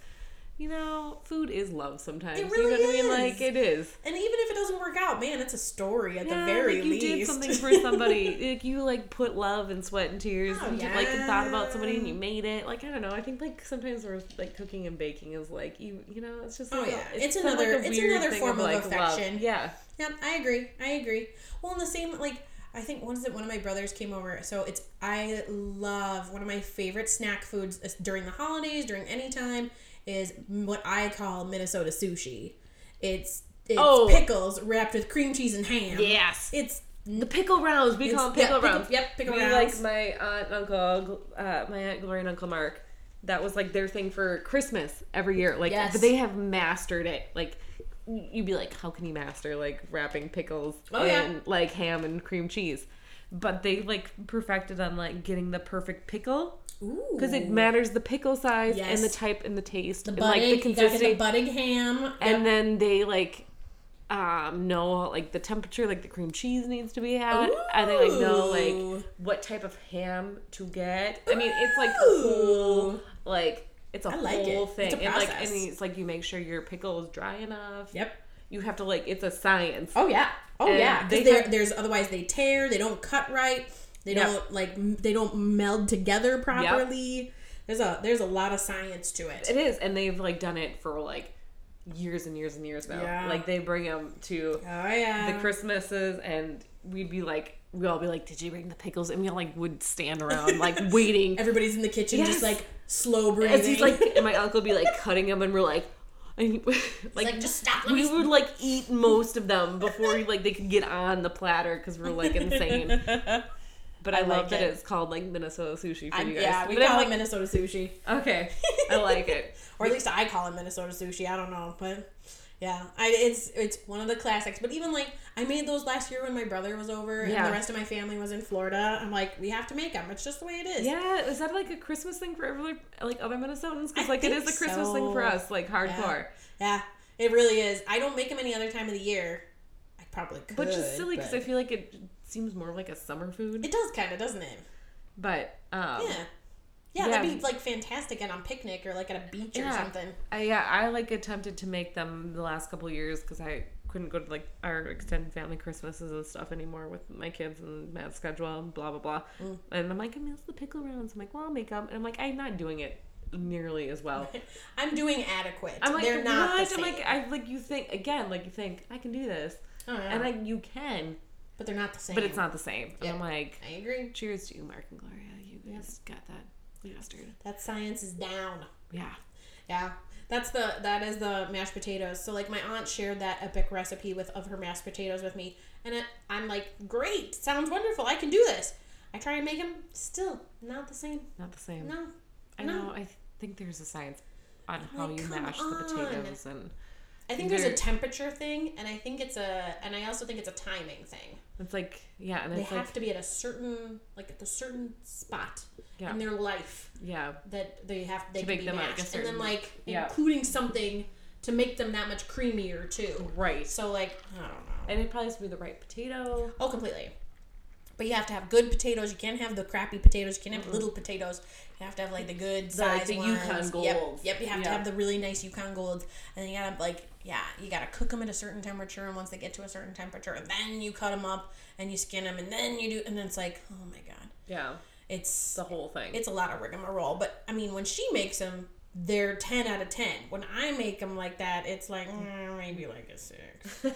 S1: you know, food is love sometimes.
S2: It
S1: you know
S2: really
S1: what I mean?
S2: is.
S1: Like it is.
S2: And even if it doesn't work out, man, it's a story at
S1: Yeah,
S2: the very
S1: like you
S2: least.
S1: did something for somebody. like you like put love and sweat and tears
S2: Oh,
S1: and like
S2: yeah.
S1: thought about somebody and you made it. Like I don't know. I think like sometimes we're like cooking and baking is like you you know it's just
S2: Oh,
S1: like,
S2: yeah.
S1: a-
S2: It's
S1: kind of,
S2: another-
S1: a
S2: it's
S1: weird
S2: another
S1: thing
S2: form of
S1: like, love.
S2: affection.
S1: Yeah.
S2: Yeah, I agree. I agree. Well, in the same like I think once that one of my brothers came over, so it's I love one of my favorite snack foods is- during the holidays, during any time is what I call Minnesota sushi. It's it's
S1: Oh.
S2: pickles wrapped with cream cheese and ham.
S1: Yes.
S2: It's
S1: The pickle rounds. We call them
S2: Uh-huh. It's- yeah, pickle- yep, pickle
S1: pickle rounds. we,
S2: rounds.
S1: Like my aunt and uncle, uh, my aunt Gloria and uncle Mark. That was like their thing for Christmas every year. Like,
S2: Yes.
S1: but they have mastered it. Like, you'd be like, how can you master like wrapping pickles
S2: Oh,
S1: in
S2: yeah.
S1: like ham and cream cheese? But they like perfected on like getting the perfect pickle
S2: ooh.
S1: because it matters the pickle size and the
S2: Yes.
S1: type and the taste
S2: the
S1: and
S2: budding,
S1: like the
S2: you gotta get the
S1: consistency
S2: budding ham.
S1: and then they like um know like the temperature like the cream cheese needs to be at and they like know
S2: Ooh.
S1: like what type of ham to get i mean it's like a whole
S2: Ooh.
S1: like it's a
S2: like
S1: whole
S2: it. It's
S1: thing
S2: a
S1: and like
S2: process.
S1: and it's like you make sure your pickle is dry enough
S2: yep.
S1: you have to like it's a science
S2: Oh yeah. Oh
S1: And
S2: yeah.
S1: they
S2: Because there
S1: have-
S2: there's otherwise they tear. They don't cut right. They
S1: Yep.
S2: don't like m- they don't meld together properly. There's a there's a lot of science to it.
S1: it is and they've like done it for like years and years and years now
S2: Yeah.
S1: like they bring them to
S2: Oh yeah.
S1: the Christmases, and we'd be like, we all be like, "Did you bring the pickles?" And we all like would stand around like waiting.
S2: Everybody's in the kitchen
S1: Yes.
S2: just like slow breathing.
S1: As he's like, and my uncle would be like cutting them, and we're like, and, like,
S2: like, "Just stop, let
S1: We
S2: me-
S1: would like eat most of them before we, like they could get on the platter because we're like insane. But I, love
S2: like
S1: that
S2: it.
S1: it's called like Minnesota sushi for
S2: I-
S1: you guys.
S2: yeah, we
S1: But I'm
S2: call it
S1: like,
S2: Minnesota sushi,
S1: okay, I like it.
S2: or at least I call it Minnesota sushi. I don't know, but yeah, I, it's it's one of the classics. But even like I made those last year when my brother was over and
S1: Yeah.
S2: the rest of my family was in Florida. I'm like, we have to make them. It's just the way it is.
S1: Yeah, is that like a Christmas thing for every like other Minnesotans?
S2: I
S1: Because like it is
S2: think
S1: a Christmas thing for
S2: so.
S1: us, like hardcore.
S2: Yeah, it really is. I don't make them any other time of the year. I probably could.
S1: Which is silly because I
S2: but-
S1: feel like it seems more like a summer food.
S2: it does kind of, doesn't it?
S1: But um,
S2: Yeah.
S1: yeah,
S2: yeah,
S1: Yeah.
S2: that'd be like fantastic at on picnic or like at a beach or
S1: Yeah.
S2: something.
S1: I, yeah, I like attempted to make them the last couple of years because I couldn't go to like our extended family Christmases and stuff anymore with my kids and Matt's schedule and blah blah blah.
S2: Mm.
S1: And I'm like, I miss the pickle rounds. I'm like, well, I'll make them. And I'm like, I'm not doing it nearly as well.
S2: I'm doing adequate.
S1: I'm like,
S2: They're not.
S1: what?
S2: The
S1: I'm
S2: same.
S1: like, I like you think again, like you think I can do this,
S2: I don't know.
S1: and I you can,
S2: but they're not the same.
S1: but it's not the same. And I'm like,
S2: I agree.
S1: cheers to you, Mark and Gloria. You guys got that mastered.
S2: That science is down.
S1: Yeah.
S2: Yeah. That's the that is the mashed potatoes. So like my aunt shared that epic recipe with of her mashed potatoes with me, and I, I'm like, great, sounds wonderful. I can do this. I try and make them, still not the same.
S1: Not the same.
S2: No,
S1: I
S2: no.
S1: know. I th- think there's a science on how
S2: like,
S1: you
S2: come
S1: mash the potatoes and
S2: I think there's a
S1: Either-
S2: temperature thing, and I think it's a, and I also think it's a timing thing.
S1: It's like yeah, and
S2: They
S1: it's like
S2: have to be at a certain, like at a certain spot
S1: Yeah.
S2: in their life
S1: yeah,
S2: that they have they
S1: To
S2: can
S1: make
S2: be
S1: them, like,
S2: mashed,
S1: a
S2: and then
S1: certain-
S2: like
S1: yeah.
S2: including something to make them that much creamier too.
S1: right.
S2: So like I don't know.
S1: And it probably has to be the right potato.
S2: Oh, completely. But you have to have good potatoes. You can't have the crappy potatoes. You can't have little potatoes. You have to have like the good size
S1: like, the
S2: ones.
S1: Yukon
S2: Yep,
S1: Golds.
S2: yep. You have to
S1: Yeah.
S2: have the really nice Yukon golds, and then you gotta like yeah, you gotta cook them at a certain temperature. And once they get to a certain temperature, then you cut them up and you skin them, and then you do, and then it's like oh my god,
S1: Yeah,
S2: it's
S1: the whole thing.
S2: it's a lot of rigmarole. But I mean, when she makes them, they're ten out of ten. When I make them like that, it's like mm, maybe like a six.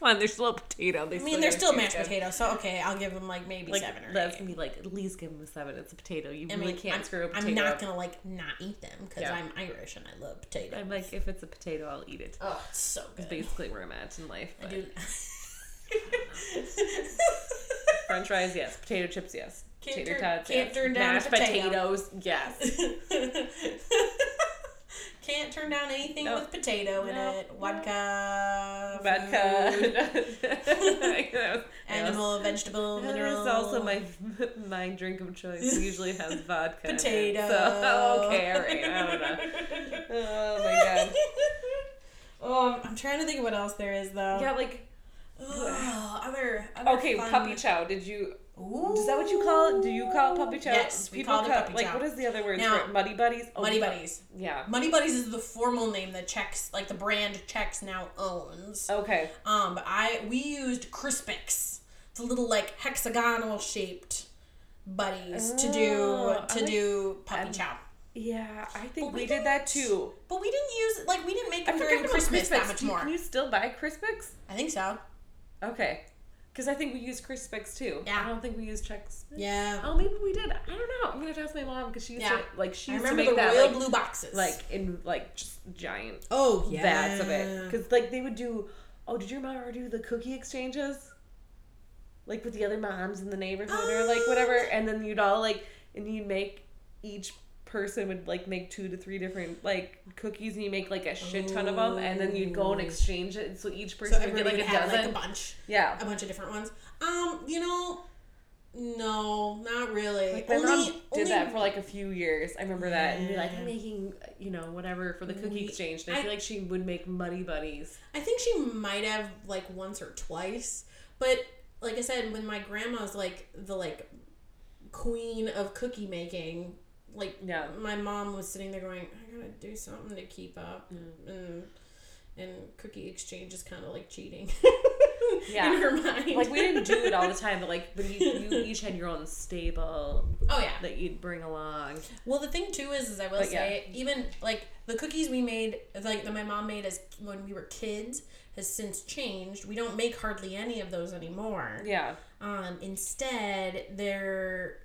S1: Come on, they're still a potato. They
S2: I mean, they're still mashed potatoes, so okay, I'll give them like maybe
S1: Like
S2: seven or
S1: that's
S2: eight.
S1: gonna be like at least give them a seven. It's a potato. You
S2: I'm
S1: really
S2: like,
S1: can't
S2: I'm,
S1: screw a potato.
S2: I'm not
S1: up.
S2: gonna like not eat them because
S1: Yeah.
S2: I'm Irish and I love potatoes.
S1: I'm like if it's a potato, I'll eat it.
S2: oh, it's so
S1: It's
S2: good.
S1: basically where I'm at in life.
S2: I
S1: but-
S2: do.
S1: French fries, yes. Potato chips, yes.
S2: Can't
S1: Potato
S2: turn-
S1: tots,
S2: can't
S1: yes.
S2: turn down a
S1: Mashed
S2: potato.
S1: potatoes, yes.
S2: Can't turn down anything
S1: No.
S2: with potato in
S1: No.
S2: it. Vodka, food,
S1: Vodka.
S2: animal, vegetable, mineral.
S1: It's also my my drink of choice. Usually has vodka. in it,
S2: Potato.
S1: so okay, all right. I don't know. Oh my
S2: oh, I'm trying to think of what else there is though.
S1: god. Yeah, like
S2: Ugh, other, other
S1: okay,
S2: fun-
S1: puppy chow. Did you?
S2: Ooh.
S1: Is that what you call it? Do you call it puppy chow?
S2: Yes, we
S1: People
S2: call it puppy
S1: like
S2: chow.
S1: what is the other word
S2: Now-
S1: for it? Muddy buddies. Oh,
S2: Muddy
S1: yeah.
S2: Buddies?
S1: Yeah.
S2: Muddy Buddies is the formal name that Chex, like the brand Chex now owns.
S1: Okay.
S2: Um, but I we used Crispix, the little like hexagonal shaped buddies to
S1: Oh,
S2: do
S1: I
S2: to
S1: like-
S2: do puppy
S1: I'm-
S2: chow.
S1: Yeah, I think
S2: we
S1: we, did that too.
S2: But we didn't use like we didn't make
S1: I
S2: them during
S1: forgot about
S2: Christmas
S1: Crispix.
S2: that much
S1: Do you-
S2: more.
S1: Can you still buy Crispix?
S2: I think so.
S1: Okay, because I think we used Crispix too.
S2: Yeah.
S1: I don't think we used Chex.
S2: Yeah.
S1: Oh, maybe we did. I don't know. I'm gonna have to ask my mom because she used
S2: Yeah.
S1: to like she
S2: I
S1: used
S2: remember
S1: to
S2: the
S1: make that
S2: royal
S1: like,
S2: blue boxes.
S1: like in like just giant
S2: oh yeah,
S1: vats of it because like they would do. Oh, did your mom ever do the cookie exchanges? Like with the other moms in the neighborhood or like whatever, and then you'd all like and you'd make each person would like make two to three different like cookies and you make like a shit ton of them and then you'd go and exchange it so each
S2: So
S1: person would get
S2: everybody
S1: like
S2: would
S1: a
S2: have
S1: dozen.
S2: like a bunch,
S1: yeah.
S2: a bunch of different ones. Um, you know, no, not really.
S1: Like my mom did that for like a few years. I remember that and be like, I'm making you know whatever for the cookie
S2: We-
S1: exchange. And I,
S2: I-
S1: feel like she would make muddy buddies.
S2: I think she might have like once or twice, but like I said, when my grandma's like the like queen of cookie making, like
S1: Yeah.
S2: my mom was sitting there going, I gotta do something to keep up,
S1: Mm.
S2: and and cookie exchange is kind of like cheating.
S1: Yeah.
S2: in her mind.
S1: Like we didn't do it all the time, but like but you, you each had your own stable
S2: Oh yeah.
S1: that you'd bring along.
S2: Well, the thing too is, is I will
S1: But, yeah.
S2: say, even like the cookies we made, like that my mom made as when we were kids, has since changed. We don't make hardly any of those anymore.
S1: Yeah.
S2: Um, instead, they're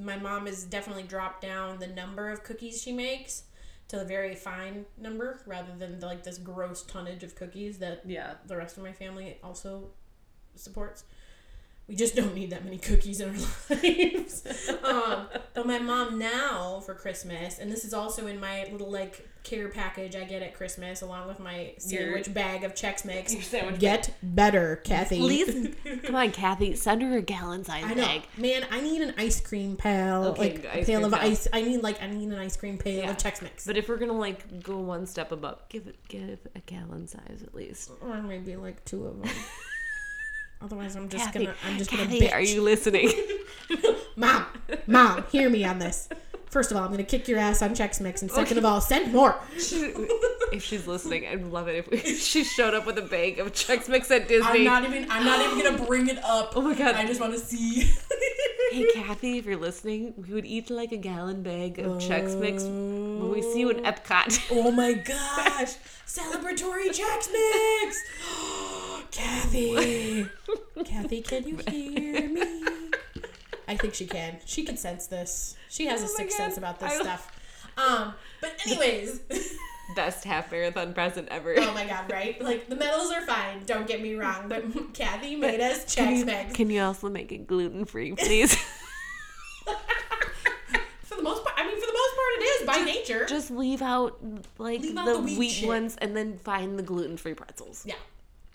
S2: my mom has definitely dropped down the number of cookies she makes to a very fine number, rather than like this gross tonnage of cookies that
S1: Yeah.
S2: the rest of my family also supports. We just don't need that many cookies in our lives. um, but my mom now for Christmas, and this is also in my little like care package I get at Christmas, along with my sandwich bag of Chex Mix.
S1: Your sandwich
S2: Get better, Kathy.
S1: Please, come on, Kathy. Send her a gallon size
S2: I know, man. I need an ice cream pail,
S1: Okay,
S2: like a
S1: ice
S2: pail
S1: cream
S2: of
S1: pail.
S2: ice. I need like I need an ice cream pail
S1: Yeah.
S2: of Chex Mix,
S1: But if we're gonna like go one step above, give it give a gallon size at least.
S2: or maybe like two of them. Otherwise, I'm just
S1: Kathy,
S2: gonna I'm just gonna.
S1: Kathy,
S2: bitch.
S1: are you listening?
S2: Mom, mom, hear me on this. First of all, I'm gonna kick your ass on Chex Mix, and second of all, send more.
S1: if she's listening, I'd love it if, we, if she showed up with a bag of Chex Mix at Disney.
S2: even. I'm not even gonna bring it up.
S1: Oh my God. I
S2: just want to see.
S1: hey, Kathy, if you're listening, we would eat like a gallon bag of Chex Mix when we see you in Epcot.
S2: oh my gosh! Celebratory Chex Mix. Kathy, Kathy, can you hear me? I think she can. She can sense this. She has a
S1: Oh my
S2: sixth
S1: God.
S2: sense about this
S1: I-
S2: stuff. Um, but anyways.
S1: Best half marathon present ever.
S2: Oh my god, right? Like the medals are fine, don't get me wrong, but Kathy made us
S1: Can
S2: Chex
S1: you,
S2: Mix.
S1: can you also make it gluten free, please?
S2: For the most part, I mean, for the most part, it is by nature.
S1: Just leave out like
S2: Leave
S1: the,
S2: out the wheat
S1: wheat,
S2: shit.
S1: ones and then find the gluten free pretzels.
S2: yeah.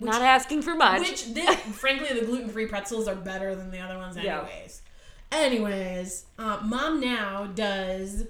S1: Not asking for much.
S2: Which, this, frankly, the gluten free pretzels are better than the other ones,
S1: Yeah.
S2: anyways. Anyways, uh, mom now does.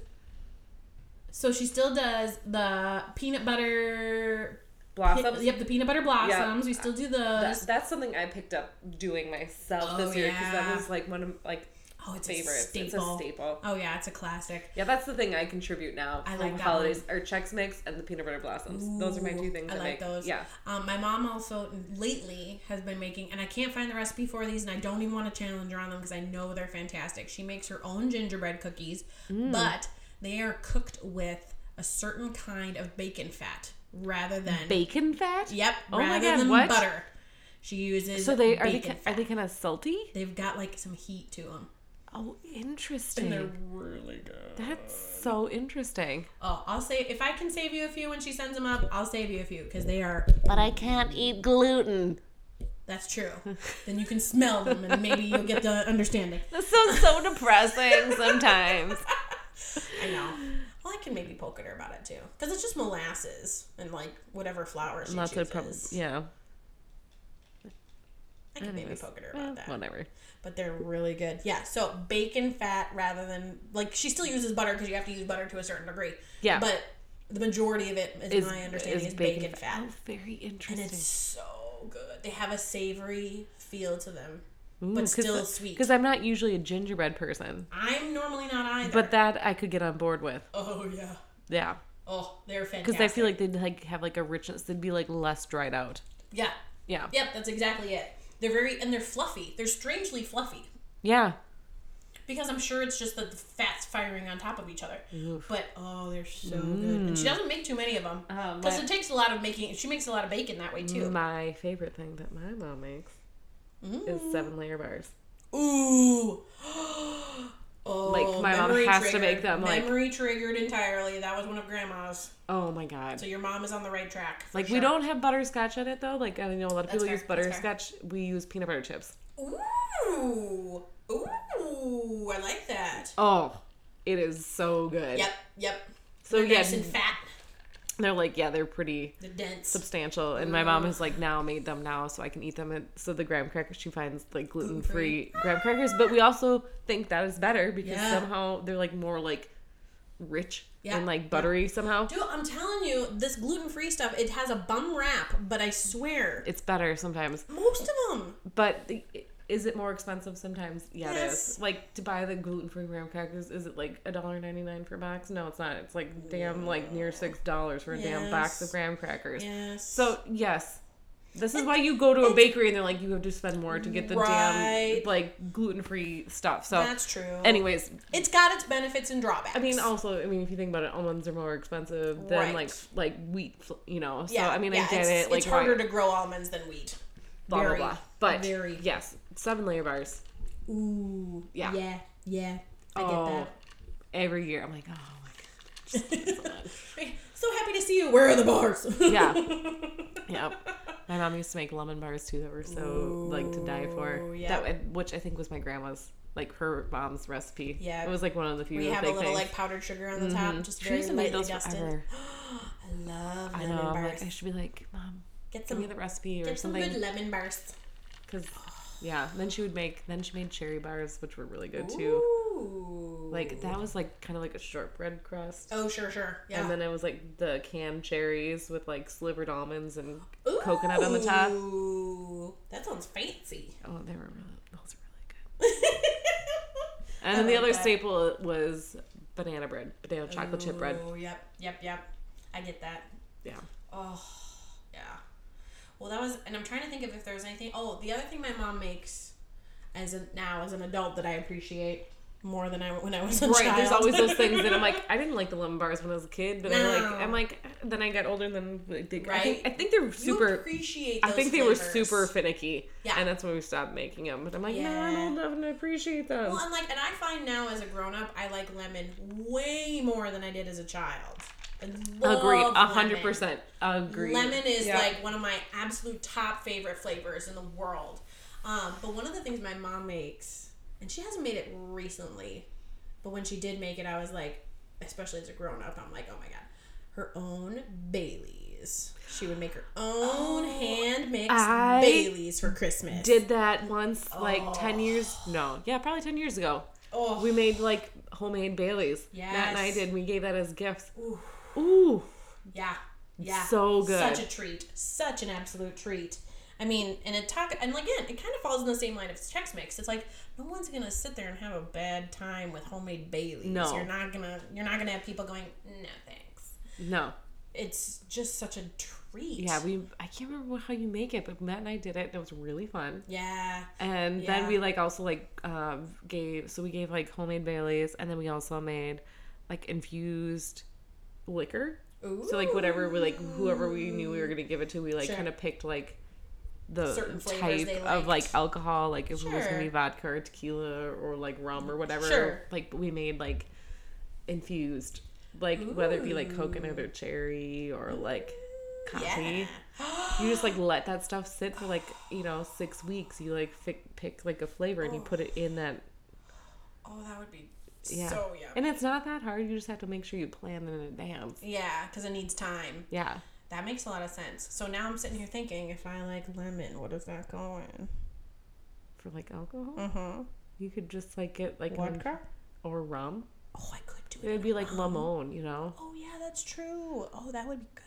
S2: So she still does the peanut butter.
S1: blossoms.
S2: Yep, the peanut butter blossoms. We still do those.
S1: That, that's something I picked up doing myself
S2: Oh,
S1: this year because
S2: yeah.
S1: that was like one of like
S2: oh, it's
S1: favorites.
S2: a staple.
S1: It's a staple.
S2: Oh yeah, it's a classic.
S1: Yeah, that's the thing I contribute now.
S2: I
S1: for
S2: like that
S1: holidays are Chex Mix and the peanut butter blossoms. those are my
S2: Ooh,
S1: two things I,
S2: like
S1: make.
S2: those.
S1: Yeah,
S2: Um, my mom also lately has been making, and I can't find the recipe for these, and I don't even want to challenge her on them because I know they're fantastic. She makes her own gingerbread cookies,
S1: Mm.
S2: but they are cooked with a certain kind of bacon fat rather than
S1: bacon fat.
S2: yep,
S1: Oh my
S2: rather
S1: God,
S2: than
S1: what?
S2: butter. She uses
S1: So they are they
S2: bacon
S1: ki-
S2: fat.
S1: are they kind of salty?
S2: They've got like some heat to them,
S1: Oh,
S2: and
S1: interesting.
S2: they're really good.
S1: That's so interesting.
S2: Oh, I'll say if I can save you a few when she sends them up, I'll save you a few because they are
S1: But I can't eat gluten.
S2: That's true. then you can smell them and maybe you'll get the understanding.
S1: That sounds so depressing sometimes.
S2: I know. Well, I can maybe poke at her about it too. Because it's just molasses and like whatever flour she
S1: Lots
S2: chooses.
S1: of problems. Yeah.
S2: I can maybe
S1: Anyways.
S2: poke at her
S1: Eh,
S2: about that.
S1: whatever.
S2: But they're really good. Yeah, so bacon fat rather than like she still uses butter because you have to use butter to a certain degree.
S1: Yeah.
S2: But the majority of it is,
S1: Is-
S2: my understanding is, bacon, fat.
S1: Oh, very
S2: And
S1: interesting.
S2: it's so good. They have a savory feel to them. but still sweet.
S1: Because I'm not usually a gingerbread person,
S2: I'm normally not either.
S1: but that I could get on board with.
S2: oh yeah.
S1: Yeah,
S2: Oh, they're fantastic.
S1: because I feel like they'd like have like a richness. They'd be like less dried out.
S2: yeah,
S1: Yeah, yeah.
S2: Yep, that's exactly it. They're very and they're fluffy. They're strangely fluffy because I'm sure it's just that the fat's firing on top of each other. But oh, they're so good. And she
S1: Mm.
S2: doesn't make too many of them
S1: Uh,
S2: because
S1: my-
S2: it takes a lot of making. She makes a lot of bacon that way too.
S1: Mm, My favorite thing that my mom makes is
S2: Mm.
S1: seven layer bars.
S2: Ooh. Oh,
S1: Like, my mom
S2: memory
S1: has to
S2: triggered.
S1: make them, like-
S2: memory triggered entirely. That was one of grandma's.
S1: Oh my god.
S2: So your mom is on the right track. for
S1: like
S2: sure.
S1: we don't have butterscotch in it though. Like I know a lot of people
S2: fair,
S1: use
S2: that's fair.
S1: butterscotch. We use peanut butter chips.
S2: Ooh, ooh, I like that.
S1: Oh, it is so good.
S2: Yep, yep.
S1: So
S2: they're
S1: yeah,
S2: nice and fat.
S1: they're like yeah, they're pretty
S2: They're dense.
S1: substantial. And my mom has like now made them now, so I can eat them. And so the graham crackers she finds like gluten free graham crackers, but we also think that is better because
S2: Yeah.
S1: somehow they're like more like rich
S2: Yeah.
S1: and like buttery somehow.
S2: Dude, I'm telling you, this gluten free stuff, it has a bum rap, but I swear,
S1: It's better sometimes,
S2: most of them.
S1: but the, is it more expensive sometimes? Yeah, it
S2: Yes.
S1: is. Like to buy the gluten free graham crackers, is it like a dollar ninety nine for a box? No, it's not. It's like damn, like near six dollars for a damn box
S2: Yes.
S1: of graham crackers.
S2: Yes.
S1: So yes, this is why you go to a bakery and they're like, you have to spend more to get the
S2: Right.
S1: damn like gluten free stuff. So,
S2: that's true.
S1: anyways,
S2: it's got its benefits and drawbacks.
S1: I mean, also, I mean, if you think about it, almonds are more expensive than
S2: Right.
S1: like like wheat, fl- you know. So
S2: yeah,
S1: I mean,
S2: yeah,
S1: I get
S2: it's,
S1: it. Like
S2: it's harder
S1: why-
S2: to grow almonds than wheat.
S1: blah
S2: very,
S1: blah blah. But
S2: very.
S1: yes, seven layer bars
S2: Ooh.
S1: Yeah.
S2: Yeah, yeah. I
S1: Oh.
S2: get that.
S1: every year. I'm like, oh my god.
S2: So happy to see you. Where are the bars?
S1: Yeah. yeah. My mom used to make lemon bars too that were so like to die
S2: Ooh,
S1: for.
S2: yeah.
S1: That which I think was my grandma's like her mom's recipe.
S2: Yeah.
S1: It was like one of the few
S2: we
S1: big
S2: have a little
S1: things.
S2: like powdered sugar on the top, just
S1: she
S2: very
S1: used to make
S2: lightly
S1: those
S2: dusted.
S1: forever.
S2: I love
S1: I
S2: lemon
S1: know. I'm
S2: bars.
S1: like, I should be like, Mom,
S2: get
S1: give me
S2: some,
S1: the recipe or
S2: get some good
S1: something.
S2: lemon bars.
S1: Because, yeah. Then she would make. Then she made cherry bars, which were really good too.
S2: Ooh.
S1: Like that was like kind of like a shortbread crust.
S2: Oh sure, sure. Yeah.
S1: And then it was like the canned cherries with like slivered almonds and coconut on the top.
S2: Ooh, That sounds fancy.
S1: Oh, they were really those are really good.
S2: oh
S1: And then the
S2: like
S1: other
S2: that.
S1: staple was banana bread, banana chocolate chip bread.
S2: Yep, yep, yep. I get that.
S1: Yeah.
S2: Oh, yeah. Well, that was, and I'm trying to think of if there's anything. Oh, the other thing my mom makes as a, now as an adult that I appreciate more than I when I was a
S1: Right,
S2: child.
S1: there's always those things that I'm like, I didn't like the lemon bars when I was a kid, but I like,
S2: No.
S1: I'm like, then I got older, and then like, they, I,
S2: Right.
S1: think, I think they're
S2: You
S1: super.
S2: appreciate.
S1: I
S2: those
S1: think they
S2: flavors.
S1: were super finicky,
S2: Yeah.
S1: and that's when we stopped making them. But I'm like, no, I'm
S2: Yeah.
S1: old enough to appreciate them.
S2: Well, and like, and I find now as a grown up, I like lemon way more than I did as a child. I
S1: Agreed,
S2: love
S1: a hundred
S2: lemon.
S1: percent. Agreed.
S2: Lemon is
S1: Yeah.
S2: like one of my absolute top favorite flavors in the world. Um, but one of the things my mom makes, and she hasn't made it recently, but when she did make it, I was like,
S3: especially as a grown up, I'm like, oh my god, her own Baileys. She would make her own hand mixed
S1: Oh, I
S3: Baileys for Christmas.
S1: Did that once, like ten years?
S2: Oh.
S1: No, yeah, probably ten years ago.
S3: oh
S1: We made like homemade Baileys. Matt and I
S3: Yes.
S1: did. and We gave that as gifts.
S3: Ooh.
S1: Ooh.
S3: yeah, yeah,
S1: So good.
S3: Such a treat, such an absolute treat. I mean, and it talk and again, it kind of falls in the same line of Chex Mix. It's like no one's gonna sit there and have a bad time with homemade Baileys.
S1: No.
S3: you're not gonna you're not gonna have people going no thanks.
S1: No.
S3: It's just such a treat.
S1: Yeah, we. I can't remember how you make it, but Matt and I did it. and It was really fun.
S3: yeah.
S1: And
S3: Yeah.
S1: then we like also like um, gave so we gave like homemade Baileys, and then we also made like infused liquor.
S3: Ooh.
S1: So like whatever we like whoever we knew we were gonna give it to, we like
S3: Sure.
S1: kind of picked like the
S3: Certain flavors
S1: type
S3: they
S1: of like
S3: liked.
S1: alcohol, like if it was gonna be
S3: Sure.
S1: vodka or tequila or like rum or whatever.
S3: Sure.
S1: Like we made like infused, like whether it be like coconut or cherry or like coffee. You just like let that stuff sit for like you know six weeks. You like fi- pick like a flavor and you put it in that.
S3: Oh, that would be
S1: Yeah.
S3: so yummy.
S1: And it's not that hard. You just have to make sure you plan in advance.
S3: yeah, because it needs time.
S1: Yeah.
S3: That makes a lot of sense. So now I'm sitting here thinking, if I like lemon, what does that go in?
S1: For like alcohol.
S3: Uh huh.
S1: You could just like get like an-
S3: Vodka.
S1: or rum.
S3: Oh, I could do
S1: It
S3: it.
S1: would be like lemon, you know.
S3: Oh yeah, that's true. Oh, that would be good.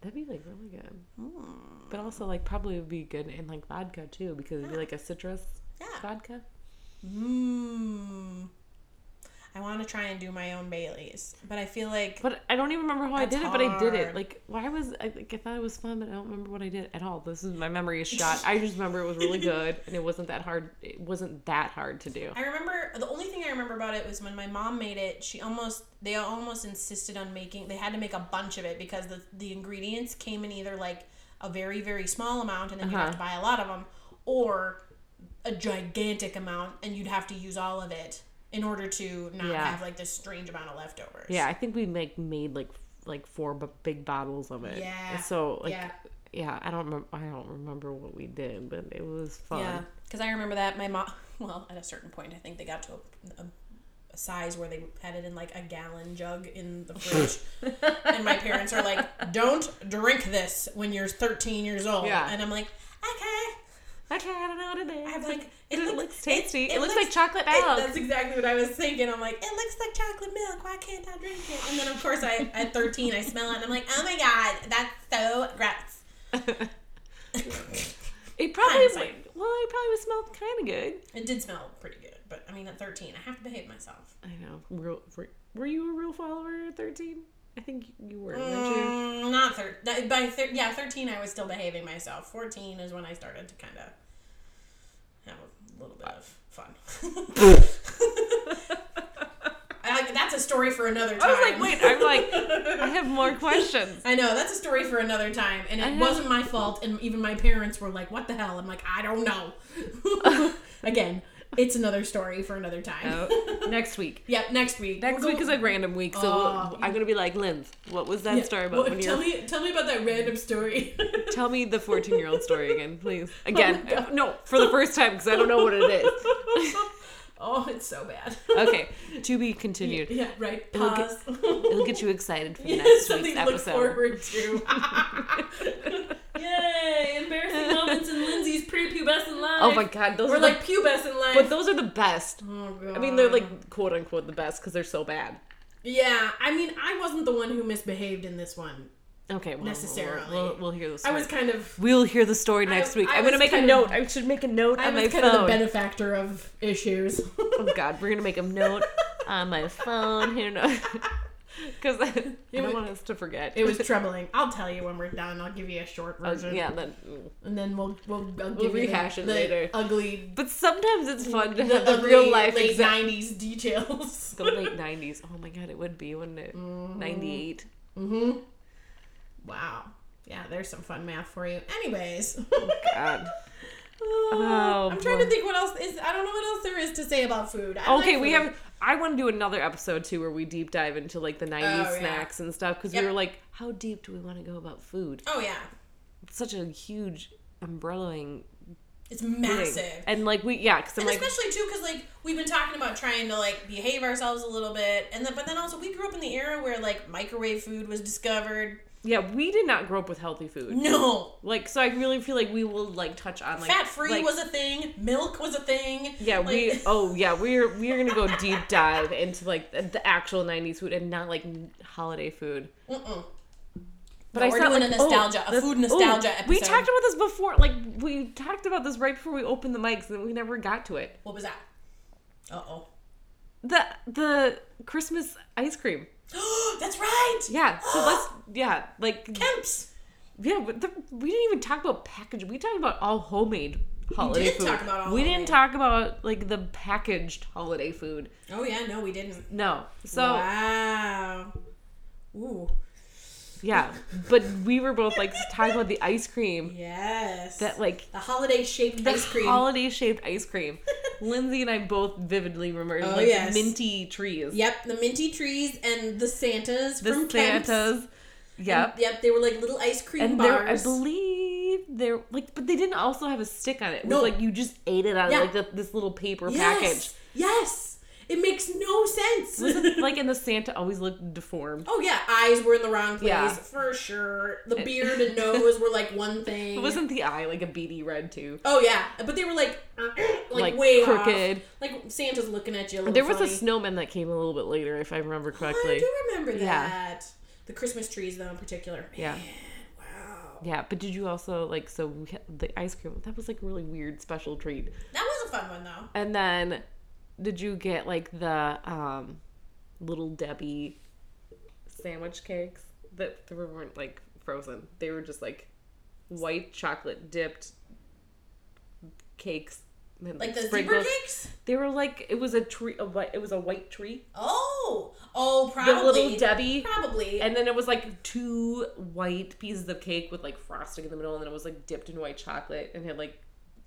S1: That'd be like really good.
S3: Hmm.
S1: But also like probably would be good in like vodka too because it'd be like a citrus
S3: Yeah.
S1: vodka.
S3: Mmm. I want to try and do my own Baileys, but I feel like
S1: But I don't even remember how I
S3: That's
S1: did it. But I did it.
S3: hard.
S1: Like why was I? Like, I thought it was fun, but I don't remember what I did at all. This is my memory is shot. I just remember it was really good and it wasn't that hard. It wasn't that hard to do.
S3: I remember the only thing I remember about it was when my mom made it. She almost they almost insisted on making. They had to make a bunch of it because the the ingredients came in either like a very very small amount and then you'd have
S1: Uh-huh.
S3: to buy a lot of them, or a gigantic amount and you'd have to use all of it in order to not
S1: Yeah.
S3: have like this strange amount of leftovers.
S1: Yeah, I think we like made like f- like four b- big bottles of it.
S3: Yeah.
S1: And so like yeah.
S3: Yeah.
S1: I don't remember. I don't remember what we did, but it was fun.
S3: Yeah, because I remember that my mom. Well, at a certain point, I think they got to a, a, a size where they had it in like a gallon jug in the fridge, and my parents are like, "Don't drink this when you're 13 years old."
S1: Yeah.
S3: and I'm like, "Okay."
S1: Okay, I don't know what it is.
S3: I'm like,
S1: it, looks, tasty. It,
S3: it
S1: looks,
S3: looks-
S1: like chocolate
S3: It-
S1: milk.
S3: that's exactly what I was thinking. I'm like, "It looks like chocolate milk. Why can't I drink it?" And then of course, I at 13, I smell it, and I'm like, "Oh my god, that's so gross."
S1: It probably was, well,
S3: Hindsight.
S1: it probably would smell kind of good.
S3: It did smell pretty good, but I mean, at 13, I have to behave myself.
S1: I know. Real, were, were you a real follower at thirteen? I think you were, weren't you?
S3: Mm, not thir- that- by thir- yeah, thirteen. I was still behaving myself. Fourteen is when I started to kind of have a little bit of fun. I, like- that's a story for another time.
S1: I was like, wait. I'm like, I have more questions.
S3: I know that's a story for another time, and
S1: I
S3: it
S1: know.
S3: wasn't my fault. And even my parents were like, "What the hell?" I'm like, "I don't know." Again, it's another story for another time.
S1: Oh, next week.
S3: Yep, next week.
S1: Next
S3: We'll
S1: week
S3: go-
S1: is a random week, so
S3: Oh.
S1: I'm gonna be like, Lynn, what was that story about?
S3: Well,
S1: when you
S3: tell
S1: were-
S3: me, tell me about that random story.
S1: Tell me the 14 year old story again, please. Again,
S3: Oh my God.
S1: no, for the first time because I don't know what it is.
S3: oh, it's so bad.
S1: Okay, to be continued.
S3: Yeah, right.
S1: It'll get-
S3: Pause.
S1: It'll get you excited for
S3: Yeah,
S1: next
S3: something
S1: week's
S3: to look
S1: episode.
S3: forward to. Yay! Embarrassing moments in Lindsay's prepubescent life.
S1: Oh my god, those
S3: Or
S1: are like,
S3: like pubescent life.
S1: but those are the best.
S3: oh god.
S1: I mean, they're like quote unquote the best because they're so bad.
S3: Yeah, I mean, I wasn't the one who misbehaved in this one.
S1: Okay, well,
S3: Necessarily.
S1: we'll, we'll, we'll hear the
S3: I
S1: story.
S3: was kind of.
S1: we'll hear the story next
S3: I-
S1: week.
S3: I
S1: I'm gonna
S3: was
S1: make a
S3: kind
S1: note.
S3: of-
S1: I should make a note
S3: I
S1: on
S3: was
S1: my
S3: kind of the
S1: phone.
S3: benefactor of issues.
S1: oh god, we're gonna make a note on my phone here because I, I don't
S3: was-
S1: want us to forget.
S3: it was troubling. I'll tell you when we're done. I'll give you a short
S1: Oh,
S3: version.
S1: yeah, that
S3: And then we'll we'll, I'll give you
S1: rehash
S3: the,
S1: it
S3: the
S1: later.
S3: Ugly.
S1: But sometimes it's fun to
S3: The,
S1: have the
S3: ugly
S1: real life
S3: late
S1: exact
S3: '90s details.
S1: the late nineties. Oh my god, it would be, wouldn't it? Ninety eight.
S3: Mm-hmm. Wow. Yeah, there's some fun math for you. Anyways.
S1: God.
S3: Oh, I'm trying
S1: boy.
S3: to think what else is I don't know what else there is to say about food. I
S1: Okay,
S3: like
S1: we
S3: food.
S1: have I want to do another episode too where we deep dive into like the nineties
S3: Oh, yeah.
S1: snacks and stuff because
S3: Yep.
S1: we were like, how deep do we want to go about food?
S3: Oh yeah.
S1: It's such a huge umbrellaing
S3: It's
S1: thing.
S3: massive.
S1: And like we, yeah, because I'm
S3: And
S1: like,
S3: especially too, because like we've been talking about trying to like behave ourselves a little bit, and then but then also we grew up in the era where like microwave food was discovered.
S1: yeah, we did not grow up with healthy food.
S3: No,
S1: Like, so I really feel like we will like touch on like
S3: fat free
S1: like,
S3: was a thing, milk was a thing.
S1: Yeah,
S3: like,
S1: we. Oh, yeah, we're we're gonna go deep dive into like the, the actual '90s food and not like holiday food.
S3: Mm-mm.
S1: But
S3: No,
S1: I
S3: we're
S1: saw,
S3: doing
S1: like,
S3: a nostalgia,
S1: oh,
S3: a
S1: the-
S3: food
S1: ooh,
S3: nostalgia
S1: We
S3: episode.
S1: talked about this before. Like we talked about this right before we opened the mics, and we never got to it.
S3: What was that? Uh
S1: The the Christmas ice cream.
S3: oh. That's right.
S1: Yeah. So let's. Yeah. Like.
S3: Kemps.
S1: Yeah. But the, we didn't even talk about package. We talked about all homemade holiday
S3: did
S1: food.
S3: talk about all
S1: we
S3: homemade.
S1: didn't talk about like the packaged holiday food.
S3: Oh yeah, no, we didn't.
S1: No. So
S3: wow. Ooh.
S1: yeah. But we were both like talking about the ice cream
S3: Yes.
S1: that like
S3: the holiday shaped ice cream.
S1: holiday shaped ice cream. Lindsay and I both vividly remember
S3: Oh,
S1: like
S3: yes.
S1: minty trees.
S3: yep, the minty trees and the Santas
S1: The
S3: from Kemps.
S1: Santas. Yep.
S3: And- Yep, they were like little ice cream
S1: And there, I
S3: bars.
S1: believe there, like, but they didn't also have a stick on it. It
S3: No.
S1: was like you just ate it out
S3: Yeah.
S1: of like the, this little paper
S3: yes, yes, it makes no
S1: package.
S3: sense.
S1: like, and the Santa always looked deformed.
S3: oh yeah, eyes were in the wrong place
S1: Yeah.
S3: for sure. The beard and nose were like one
S1: It
S3: thing.
S1: wasn't the eye like a beady red too.
S3: oh yeah, but they were like like,
S1: Like,
S3: way
S1: crooked.
S3: Off. Like Santa's looking at you. A little
S1: There was a
S3: Oh, funny. Oh,
S1: snowman that came a little bit later, if I remember
S3: I
S1: correctly.
S3: do remember that.
S1: Yeah.
S3: The Christmas trees, though, in particular.
S1: Yeah.
S3: Man, wow.
S1: Yeah, but did you also like so we had the ice cream? That was like a really weird special treat.
S3: That was a fun one, though.
S1: And then did you get like the um little Debbie sandwich cakes that they weren't like frozen. They were just like white chocolate dipped cakes. and,
S3: Like the zebra
S1: sprinkles.
S3: cakes?
S1: They were like it was a tree a white it was a white tree.
S3: Oh. Oh,
S1: The
S3: probably.
S1: little Debbie
S3: probably.
S1: and then it was like two white pieces of cake with like frosting in the middle and then it was like dipped in white chocolate and had like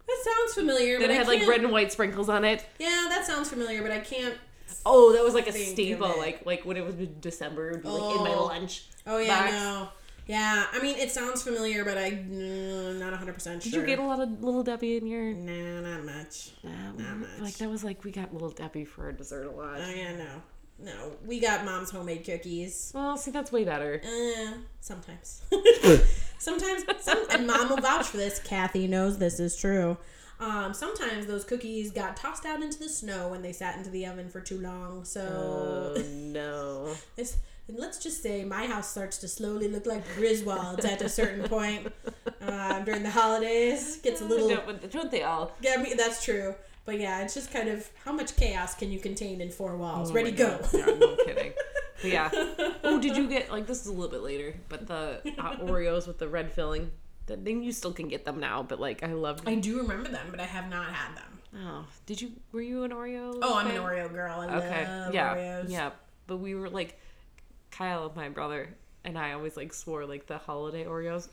S3: that sounds familiar.
S1: then
S3: but
S1: it had
S3: I
S1: like
S3: can't-
S1: red and white sprinkles on it.
S3: Yeah, that sounds familiar, but I can't.
S1: Oh, that was like a
S3: Think of
S1: staple,
S3: it.
S1: like like when it was December, it would be, like in my
S3: Oh.
S1: lunch.
S3: Oh, yeah,
S1: box.
S3: no. Yeah, I mean, it sounds familiar, but I, mm, not 100% sure.
S1: Did you get a lot of Little Debbie in your?
S3: No, not much.
S1: Nah, we-
S3: Not much.
S1: like that was like we got Little Debbie for our dessert a lot.
S3: Oh, yeah, no. No. We got mom's homemade cookies.
S1: Well, see, that's way better.
S3: Uh, sometimes. sometimes, some, and mom will vouch for this. Kathy knows this is true. Um, sometimes those cookies got tossed out into the snow when they sat into the oven for too long. So
S1: Oh no!
S3: it's, and let's just say my house starts to slowly look like Griswold's at a certain point um, during the holidays. Gets a little.
S1: Don't, don't they all?
S3: Yeah, I mean, that's true. But yeah, it's just kind of how much chaos can you contain in four walls?
S1: Oh
S3: Ready,
S1: my
S3: go.
S1: God. Yeah, no kidding. But yeah. Oh, did you get like this is a little bit later, but the uh, Oreos with the red filling? That thing you still can get them now, but like I loved.
S3: I do remember them, but I have not had them.
S1: Oh, did you? Were you an Oreo?
S3: Oh, I'm an
S1: fan?
S3: Oreo girl. I
S1: Okay.
S3: love
S1: yeah.
S3: Oreos.
S1: Yeah. But we were like, Kyle, my brother, and I always like swore like the holiday Oreos.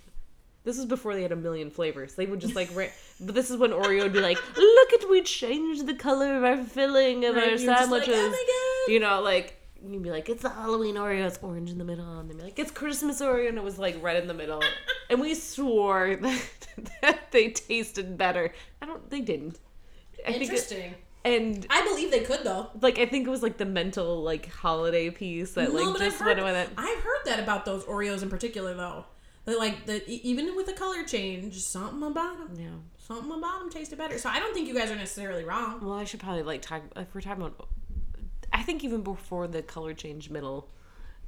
S1: This was before they had a million flavors. They would just like, ra- but this is when Oreo would be like, "Look at we changed the color of our filling of
S3: Right,
S1: our
S3: you're just like,
S1: sandwiches."
S3: oh my god.
S1: You know, like you'd be like, "It's the Halloween Oreo. It's orange in the middle," and they'd be like, "It's Christmas Oreo," and it was like red in the middle. and we swore that, that they tasted better. I don't. They didn't. I think it,
S3: Interesting.
S1: and
S3: I believe they could though.
S1: like I think it was like the mental like holiday piece that like
S3: No, but
S1: just
S3: I've heard,
S1: went with it.
S3: I've heard that about those Oreos in particular though. They're like the e- even with the color change, something about them,
S1: Yeah.
S3: something about them tasted better. So I don't think you guys are necessarily wrong.
S1: Well, I should probably like talk if we're talking about. I think even before the color change middle,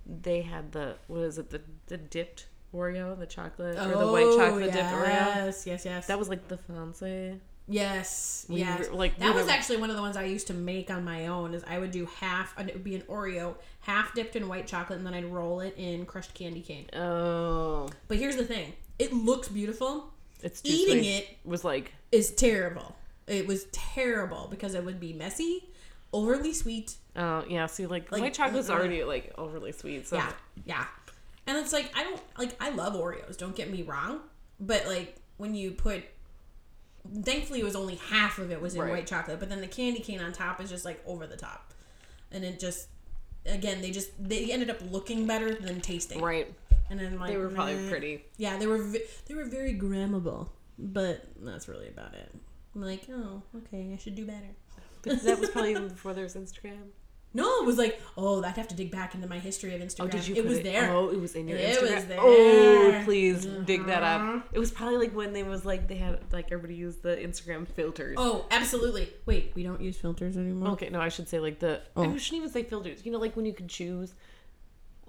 S1: they had the what is it the the dipped Oreo the chocolate or the
S3: Oh,
S1: white chocolate dipped Oreo.
S3: Yes, yes, yes.
S1: That was like the fancy.
S3: Yes,
S1: We
S3: yes.
S1: were- like,
S3: that
S1: we
S3: was
S1: were-
S3: actually one of the ones I used to make on my own. Is I would do half, and it would be an Oreo, half dipped in white chocolate, and then I'd roll it in crushed candy cane.
S1: Oh,
S3: But here's the thing: it looks beautiful.
S1: it's too
S3: Eating
S1: sweet.
S3: it
S1: was like
S3: is terrible. It was terrible because it would be messy, overly sweet.
S1: oh yeah. See, like,
S3: Like,
S1: white chocolate's
S3: mm-mm.
S1: already like overly sweet. So
S3: Yeah, yeah. And it's like I don't like I love Oreos. Don't get me wrong, but like when you put, thankfully it was only half of it was in
S1: Right.
S3: white chocolate, but then the candy cane on top is just like over the top, and it just again they just they ended up looking better than tasting.
S1: right,
S3: And then like
S1: they were probably
S3: meh.
S1: pretty.
S3: Yeah, they were ve- they were very grammable, but that's really about it. I'm like, oh, okay, I should do better.
S1: Because that was probably even before there was Instagram.
S3: No, it was like, oh, I'd have to dig back into my history of Instagram.
S1: Oh, did you?
S3: It
S1: put
S3: was there.
S1: Oh, it was in your
S3: It
S1: Instagram.
S3: was there.
S1: Oh, please dig that
S3: Mhm.
S1: up. It was probably like when they was like they had like everybody used the Instagram filters.
S3: Oh, absolutely. Wait, we don't use filters anymore.
S1: Okay, no, I should say like the. I
S3: Oh.
S1: shouldn't even say filters. You know, like when you could choose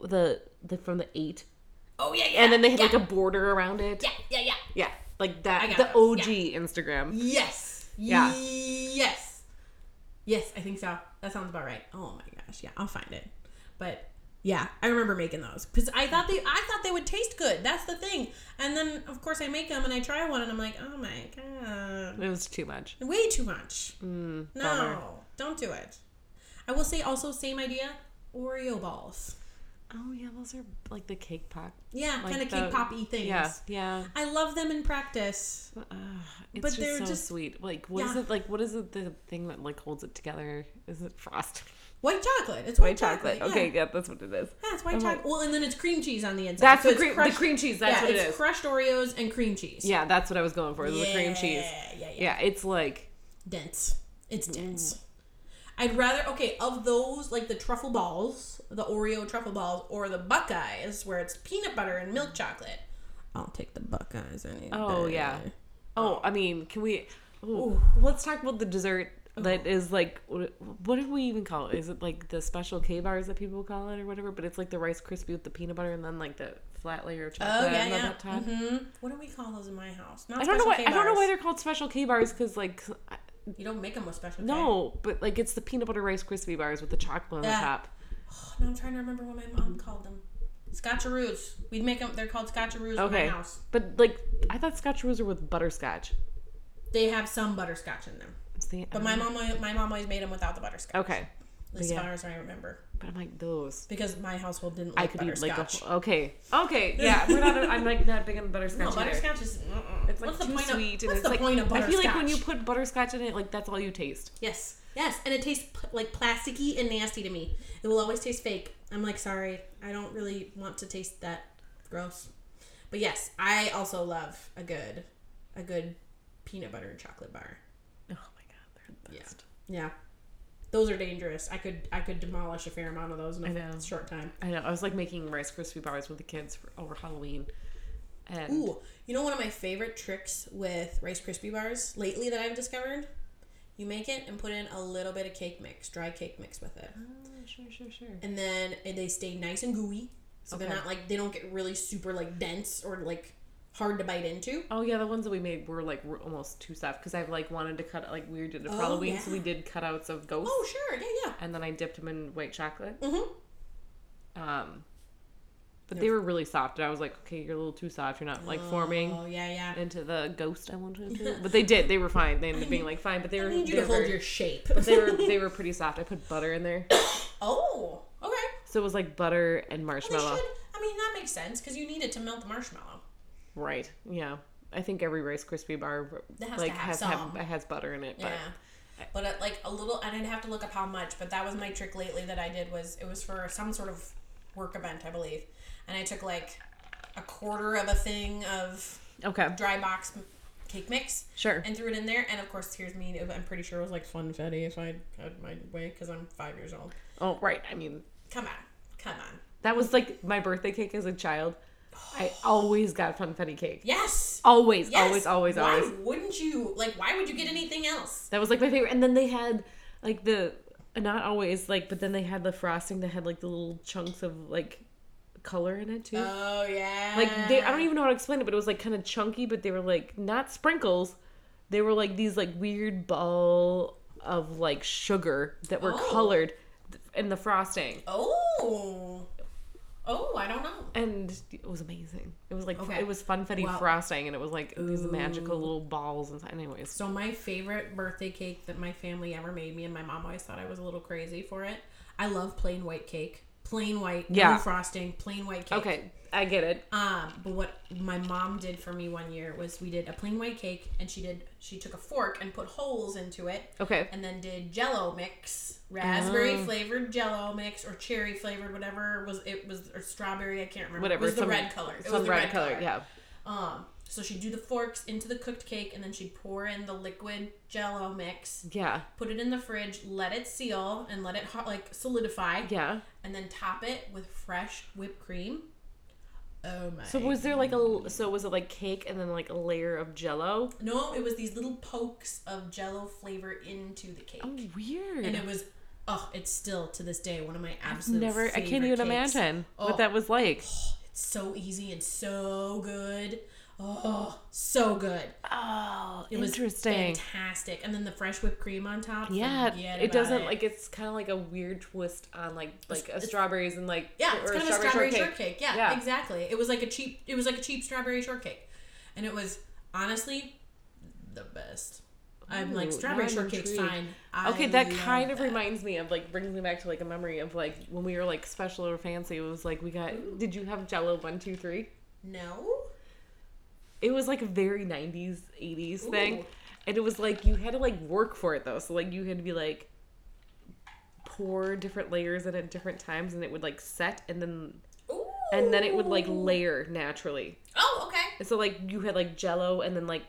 S1: the the from the eight,
S2: Oh yeah, yeah.
S1: and then they had
S2: yeah,
S1: like a border around it.
S2: yeah, yeah, yeah.
S1: Yeah, like
S2: I
S1: that.
S2: got
S1: The
S2: those,
S1: OG Instagram.
S3: Yes.
S1: Yeah.
S3: Yes. Yes, I think so. That sounds about right. Oh my gosh. Yeah, I'll find it. But yeah, I remember making those because I thought they, I thought they would taste good. That's the thing. And then of course I make them and I try one and I'm like, oh my god,
S1: It was too much.
S3: way too much.
S1: Mm,
S3: No,
S1: bummer.
S3: don't do it. I will say also same idea, Oreo balls.
S1: Oh yeah, those are like the cake pop.
S3: Yeah,
S1: Like
S3: kind of
S1: the-
S3: cake poppy things.
S1: Yeah, yeah.
S3: I love them in practice.
S1: Uh, it's
S3: But
S1: just
S3: they're
S1: so
S3: just-
S1: sweet. Like, what is
S3: Yeah.
S1: it? Like, what is it? The thing that like holds it together? Is it frost?
S3: White chocolate. It's white, chocolate. yeah.
S1: Okay, yeah, that's what it is.
S3: Yeah, it's white
S1: I'm like-
S3: chocolate. well, and then it's cream cheese on the inside.
S1: That's
S3: So
S1: the
S3: it's
S1: cream.
S3: crushed-
S1: the cream cheese. That's
S3: yeah,
S1: what it
S3: it's
S1: is.
S3: crushed Oreos and cream cheese.
S1: yeah, that's what I was going for. is The cream cheese.
S3: Yeah, yeah, yeah.
S1: Yeah, Mm. it's like
S3: Dense. It's dense. I'd rather okay of those like the truffle balls, the Oreo truffle balls, or the Buckeyes where it's peanut butter and milk chocolate. I'll take the Buckeyes any
S1: Oh,
S3: day.
S1: yeah. Oh, I mean, can we? ooh, Let's talk about the dessert that is like what, what do we even call it? Is it like the special K bars that people call it or whatever? But it's like the rice crispy with the peanut butter and then like the flat layer of chocolate
S3: Oh yeah,
S1: on the
S3: yeah.
S1: top.
S3: hmm What do we call those in my house? Not
S1: I don't know
S3: special
S1: why.
S3: K
S1: I don't know
S3: bars.
S1: why they're called special K bars because like I-
S3: You don't make them with special. K.
S1: no, but like it's the peanut butter rice crispy bars with the chocolate on the
S3: Yeah.
S1: top.
S3: Oh, now I'm trying to remember what my mom called them. Scotcheroos. We'd make them. They're called Scotcheroos
S1: Okay,
S3: in my house.
S1: but like I thought Scotcheroos were with butterscotch.
S3: They have some butterscotch in them,
S1: See, I don't
S3: but my
S1: know.
S3: mom, al- my mom always made them without the butterscotch.
S1: Mm-hmm. okay,
S3: as
S1: yeah.
S3: far as I remember,
S1: but I'm like those.
S3: because my household didn't like
S1: I could eat like a
S3: butterscotch.
S1: whole, okay, okay, yeah. We're not. I'm like not big on butterscotch.
S3: no,
S1: either.
S3: butterscotch is. Mm-mm.
S1: It's like
S3: what's
S1: too
S3: the point
S1: sweet,
S3: of
S1: and
S3: what's
S1: it's
S3: the
S1: like
S3: point of
S1: I
S3: butterscotch?
S1: feel like when you put butterscotch in it, like that's all you taste.
S3: yes, yes, and it tastes pl- like plasticky and nasty to me. It will always taste fake. I'm like, sorry, I don't really want to taste that. Gross. But yes, I also love a good, a good peanut butter chocolate bar.
S1: Oh my god, they're the
S3: Yeah.
S1: best.
S3: Yeah. Those are dangerous. I could I could demolish a fair amount of those in a
S1: I know.
S3: short time.
S1: I know. I was like making Rice Krispie bars with the kids for, over Halloween, and
S3: Ooh, you know one of my favorite tricks with Rice Krispie bars lately that I've discovered? You make it and put in a little bit of cake mix, dry cake mix with it.
S1: Oh, sure, sure, sure.
S3: And then and they stay nice and gooey. So
S1: Okay.
S3: they're not like they don't get really super like dense or like hard to bite into.
S1: Oh yeah, the ones that we made were like were almost too soft because I've like wanted to cut like we did it for
S3: Oh,
S1: Halloween,
S3: yeah.
S1: so we did cutouts of ghosts,
S3: Oh sure, yeah,
S1: and then I dipped them in white chocolate.
S3: yeah. hmm Mm-hmm.
S1: Um, but they were really soft, and I was like, okay, you're a little too soft. You're not like forming.
S3: Oh yeah, yeah.
S1: into the ghost I wanted to do. But they did. They were fine. They ended up being like fine, but they
S3: I
S1: were
S3: need you
S1: they
S3: to
S1: were,
S3: hold your shape.
S1: they were they were pretty soft. I put butter in there.
S3: oh, okay.
S1: So it was like butter and
S3: Well, they
S1: marshmallow.
S3: should. I mean, that makes sense because you need it to melt the marshmallow.
S1: right. Yeah. I think every Rice Krispie bar
S3: That has to
S1: like
S3: have
S1: has
S3: some.
S1: has butter in it, but
S3: Yeah. But uh, like a little, I didn't have to look up how much, but that was my trick lately that I did was it was for some sort of work event, I believe, and I took like a quarter of a thing of
S1: okay.
S3: dry box m- cake mix
S1: Sure.
S3: and threw it in there, and of course here's me. it- I'm pretty sure it was like funfetti if I had my way because I'm five years old.
S1: Oh, right. I mean,
S3: Come on, come on.
S1: that was like my birthday cake as a child. I always got funfetti cake.
S3: Yes.
S1: Always,
S3: Yes.
S1: always, always,
S3: Why
S1: always.
S3: wouldn't you like? Why would you get anything else?
S1: That was like my favorite. And then they had like the not always like, but then they had the frosting that had like the little chunks of like color in it too.
S3: Oh yeah.
S1: like they, I don't even know how to explain it, but it was like kind of chunky, but they were like not sprinkles. They were like these like weird ball of like sugar that were
S3: Oh.
S1: colored in the frosting,
S3: Oh. Oh, I don't know.
S1: and it was amazing. It was like
S3: Okay.
S1: it was funfetti
S3: Wow.
S1: frosting, and it was like these magical little balls. And anyways,
S3: So my favorite birthday cake that my family ever made me, and my mom always thought I was a little crazy for it. I love plain white cake, plain white,
S1: Yeah.
S3: no frosting, plain white cake.
S1: okay, I get it.
S3: Um, but what my mom did for me one year was we did a plain white cake, and she did she took a fork and put holes into it,
S1: Okay, Oh.
S3: and then did Jello mix, raspberry flavored Jello mix or cherry flavored, whatever was it was or strawberry. I can't remember.
S1: whatever.
S3: it was the
S1: some-
S3: red color. It
S1: some
S3: was the
S1: red, color. Yeah.
S3: Um, So she'd do the forks into the cooked cake and then she'd pour in the liquid jello mix,
S1: Yeah.
S3: put it in the fridge, let it seal and let it ho- like solidify,
S1: Yeah.
S3: and then top it with fresh whipped cream. Oh my.
S1: So was there like a so was it like cake and then like a layer of jello?
S3: no, it was these little pokes of jello flavor into the cake.
S1: Oh, weird.
S3: and it was oh it's still to this day one of my absolute
S1: Never I can't
S3: favorite
S1: even
S3: cakes.
S1: imagine
S3: Oh.
S1: what that was like.
S3: it's so easy and so good oh so good
S1: Oh,
S3: it was
S1: interesting.
S3: fantastic and then the fresh whipped cream on top
S1: Yeah,
S3: forget
S1: it
S3: about
S1: doesn't like it's kind of like a weird twist on like like a strawberries and like
S3: yeah it's
S1: or
S3: kind of a strawberry shortcake, Yeah,
S1: Yeah.
S3: exactly it was like a cheap it was like a cheap strawberry shortcake and it was honestly the best I'm
S1: Ooh,
S3: like strawberry
S1: now I'm
S3: shortcake's
S1: intrigued.
S3: fine I
S1: Okay, that
S3: love
S1: kind of
S3: that.
S1: reminds me of like brings me back to like a memory of like when we were like special or fancy. It was like we got. Did you have Jello one two three?
S3: no
S1: It was like a very nineties eighties
S3: Ooh.
S1: thing, and it was like you had to like work for it though. So like you had to be like pour different layers in at different times, and it would like set, and then
S3: Ooh.
S1: and then it would like layer naturally.
S3: oh okay
S1: And so like you had like jello and then like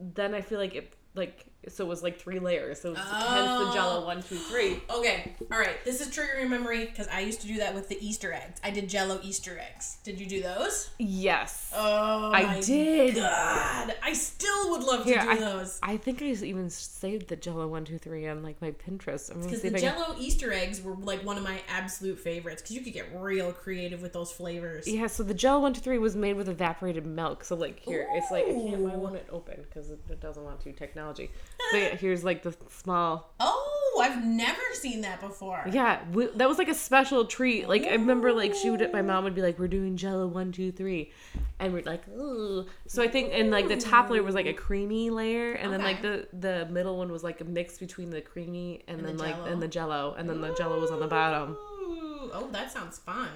S1: then I feel like it like so it was like three layers. So it's hence
S3: Oh.
S1: the jello one, two, three.
S3: Okay, all right. This is triggering memory because I used to do that with the Easter eggs. I did Jello Easter eggs. Did you do those?
S1: Yes.
S3: Oh,
S1: I
S3: my
S1: did.
S3: God, I still would love to
S1: Here,
S3: do
S1: I-
S3: those.
S1: I think I even saved the jello one, two, three on like my Pinterest. I'm gonna
S3: Because
S1: see
S3: the
S1: if I can
S3: Jello Easter eggs were like one of my absolute favorites. Because you could get real creative with those flavors.
S1: yeah, so the Jello one two three was made with evaporated milk. So like here, it's like I can't. I
S3: Ooh.
S1: want it open because it, it doesn't want to technology. So yeah, here's like the small
S3: Oh, I've never seen that before.
S1: Yeah, we, that was like a special treat. Like I remember, like she would, my mom would be like, "We're doing Jello one, two, three. and we're like, "Ooh." So I think, and like the top layer was like a creamy layer, and then like the the middle one was like a mix between the creamy and, then
S3: the
S1: like
S3: Jell-O.
S1: and the Jello, and then the Jello was on the bottom.
S3: Ooh, oh, that sounds fun.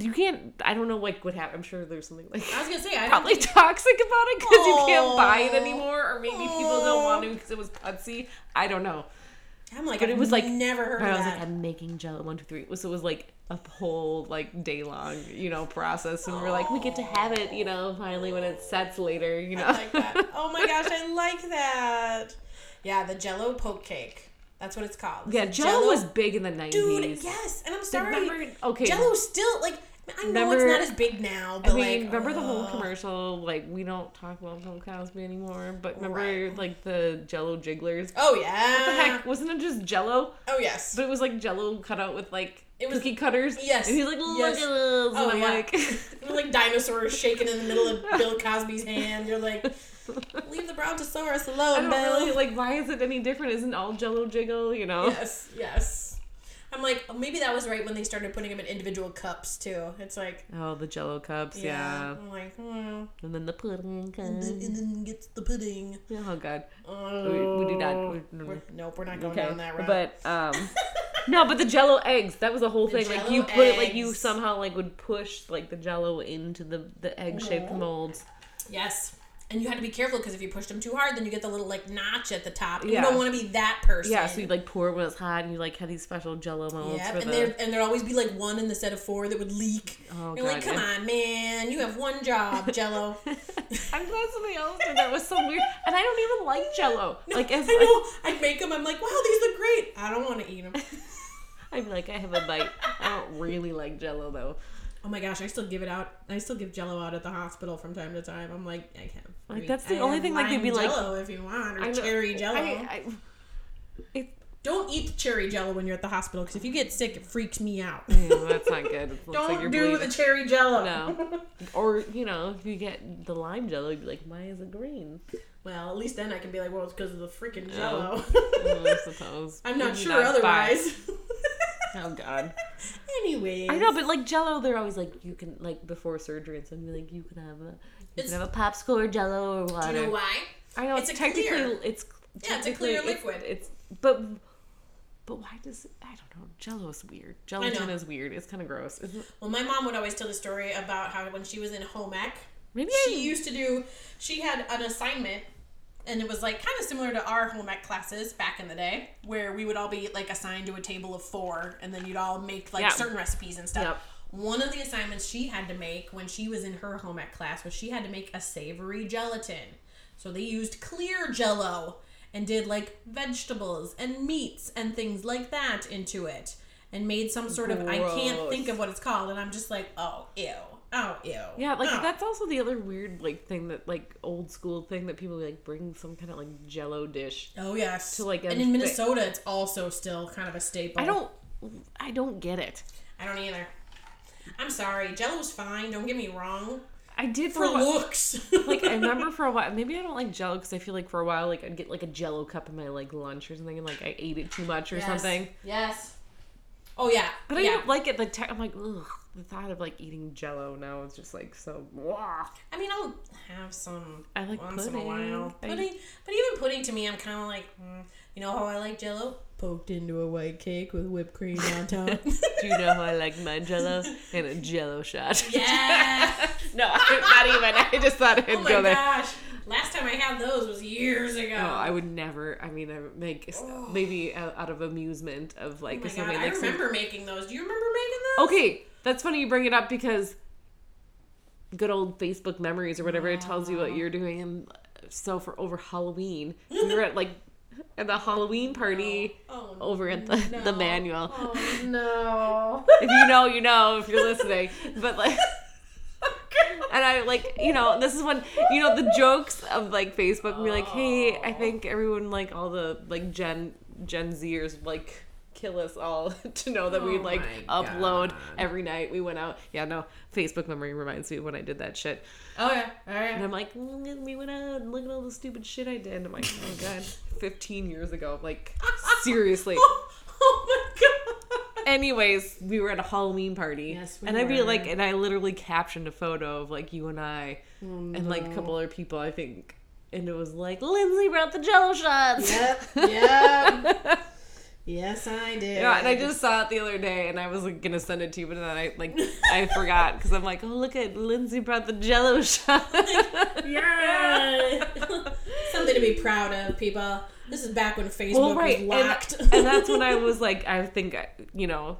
S1: You can't. I don't know like what happened. I'm sure there's something like
S3: I was gonna say I
S1: probably toxic about it because you can't buy it
S3: Aw.
S1: anymore, or maybe people don't want to because it was putsy. I don't know.
S3: I'm like,
S1: But
S3: I've
S1: it was like
S3: never heard
S1: I
S3: of
S1: was
S3: that.
S1: like, I'm making Jello one two three. So it was like a whole like day long, you know, process, and we're like, we get to have it, you know, finally when it sets later, you know.
S3: I like that. Oh my gosh, I like that. Yeah, the Jello poke cake. That's what it's called.
S1: yeah,
S3: It's a
S1: Jello, was big in the
S3: dude.
S1: nineties.
S3: Yes, and I'm sorry.
S1: Remember- okay.
S3: Jello still like I know it's
S1: Remember-
S3: not as big now,
S1: I
S3: but
S1: mean,
S3: like uh,
S1: remember the whole
S3: ugh.
S1: commercial? Like, we don't talk about Bill Cosby anymore, but remember
S3: Right.
S1: like the Jello jigglers.
S3: Oh yeah.
S1: What the heck? Wasn't it just Jello?
S3: Oh yes.
S1: But it was like Jello cut out with like
S3: It was-
S1: cookie cutters.
S3: yes,
S1: and he's like, look
S3: yes.
S1: at this,
S3: Oh,
S1: and I'm
S3: yeah.
S1: like.
S3: You're like dinosaurs shaking in the middle of Bill Cosby's hand. You're like, leave the Brontosaurus
S1: I don't
S3: alone, Bill.
S1: really like. Why is it any different? Isn't all Jello jiggle? You know.
S3: yes, yes. I'm like, oh, maybe that was right when they started putting them in individual cups too. It's like,
S1: Oh, the Jello cups. Yeah.
S3: I'm like, hmm.
S1: And then the pudding.
S3: And then, and
S1: cups.
S3: then gets the pudding.
S1: Oh God.
S3: Oh.
S1: we do not- we-
S3: We're- nope, we're not going
S1: Mm. Okay.
S3: down that road.
S1: But um. No, but the Jello eggs. That was the whole
S3: The
S1: thing. like you
S3: Jell-O
S1: put it, like you
S3: eggs.
S1: somehow like would push like the Jello into the the egg shaped molds.
S3: yes, and you had to be careful because if you pushed them too hard, then you get the little like notch at the top. You
S1: Yeah.
S3: don't want to be that person.
S1: Yeah, so you like pour it when it's hot, and you like have these special Jello molds
S3: Yep,
S1: for
S3: and
S1: the.
S3: there and there'd always be like one in the set of four that would leak.
S1: Oh,
S3: You're like,
S1: God,
S3: come on, man, you have one job, Jello.
S1: I'm glad somebody else did that. It was so weird, and I don't even like Jello. like
S3: I
S1: if I,
S3: know. I'd make them. I'm like, wow, these look great. I don't want to eat them.
S1: I'm like I have a bite. I don't really like Jello though.
S3: Oh my gosh, I still give it out. I still give Jello out at the hospital from time to time. I'm like, I can't.
S1: Like, that's the only thing, like, they'd be like-
S3: Jello if you want or
S1: I know-
S3: cherry Jello.
S1: I, I,
S3: Don't eat the cherry jello when you're at the hospital because if you get sick, it freaks me out.
S1: Yeah, that's not good. It looks Mm. like you're
S3: Don't do
S1: bleeding.
S3: the cherry jello.
S1: No. Or, you know, if you get the lime jello, you'd be like, why is it green?
S3: Well, at least then I can be like, well, it's because of the freaking jello.
S1: Oh, I suppose.
S3: I'm not
S1: Maybe
S3: sure
S1: fine.
S3: otherwise.
S1: Oh, God.
S3: anyway,
S1: I know, but like jello, they're always like, you can, like, before surgery and stuff, be like, you can have a. You
S3: It's-
S1: can have a popsicle or jello or water.
S3: Do you know why?
S1: I know
S3: It's
S1: it's,
S3: a
S1: technically
S3: clear-
S1: it's
S3: Yeah, it's a
S1: technically-
S3: clear
S1: it's-
S3: liquid.
S1: It's, but but why does I don't know. Jello is weird. Gelatin
S3: know.
S1: is weird. It's kind of gross. Isn't,
S3: Well, my mom would always tell the story about how when she was in home ec,
S1: maybe
S3: she
S1: I,
S3: used to do she had an assignment and it was like kind of similar to our home ec classes back in the day where we would all be like assigned to a table of four and then you'd all make like
S1: Yeah.
S3: certain recipes and stuff
S1: Yep.
S3: One of the assignments she had to make when she was in her home ec class was she had to make a savory gelatin. So they used clear jello and did like vegetables and meats and things like that into it and made some sort of I can't
S1: Gross.
S3: think of what it's called and I'm just like, "Oh, ew. Oh, ew."
S1: Yeah, like
S3: oh.
S1: that's also the other weird like thing that like old school thing that people like bring some kind of like jello dish.
S3: Oh, yes.
S1: to, like, a
S3: and in
S1: thi-
S3: Minnesota, it's also still kind of a staple.
S1: I don't I don't get it.
S3: I don't either. I'm sorry. Jello's fine. Don't get me wrong.
S1: I did for
S3: For
S1: a while.
S3: looks.
S1: Like I remember for a while, maybe I don't like Jello because I feel like for a while, like I'd get like a Jello cup in my like lunch or something, and like I ate it too much or something.
S3: Yes. Oh yeah.
S1: But I
S3: yeah.
S1: don't like it. The te- I'm like, ugh, the thought of like eating Jello now is just like so. Wah.
S3: I mean, I'll have some
S1: I like
S3: once in a
S1: pudding.
S3: while.
S1: I-
S3: Pudding, but even pudding to me, I'm kind of like, mm, you know how I like Jello poked into a white cake with whipped cream on top.
S1: Do you know how I like my Jello in a Jello shot?
S3: yeah.
S1: no, not even. I just thought I'd
S3: oh my
S1: go there.
S3: gosh. Last time I had those was years ago. Oh
S1: No, Oh, I would never. I mean, I would make s- maybe out out of amusement of like
S3: Oh my God,
S1: something
S3: I
S1: like some-
S3: remember making those. Do you remember making those?
S1: Okay, that's funny you bring it up because good old Facebook memories or whatever it tells you what you're doing. And uh, so for over Halloween, we were at like at the Halloween party
S3: Oh,
S1: over at the, the manual.
S3: Oh no.
S1: If you know, you know. If you're listening, but like. And I like, you know, this is when, you know, the jokes of like Facebook and be like, hey, I think everyone, like all the like Gen Gen Zers, like kill us all to know that we'd
S3: Oh
S1: like
S3: my
S1: upload
S3: God.
S1: every night we went out. Yeah, no, Facebook memory reminds me of when I did that shit.
S3: Oh yeah. All
S1: And
S3: right.
S1: I'm like, "Mm, we went out and look at all the stupid shit I did. And I'm like, oh God, 15 years ago. Like, seriously.
S3: oh my god.
S1: Anyways, we were at a Halloween party.
S3: Yes, we
S1: and I'd be
S3: were.
S1: like, and I literally captioned a photo of like you and I and like a couple other people, I think. And it was like, Lindsay brought the jello shots.
S3: Yep. Yep. yes, I did.
S1: Yeah, and I just saw it the other day, and I was like gonna send it to you, but then I like I forgot because I'm like, oh look at Lindsay brought the Jello shot.
S3: yeah. Something to be proud of, people. This is back when Facebook
S1: well, right,
S3: was
S1: and,
S3: locked.
S1: and that's when I was like, I think I- you know,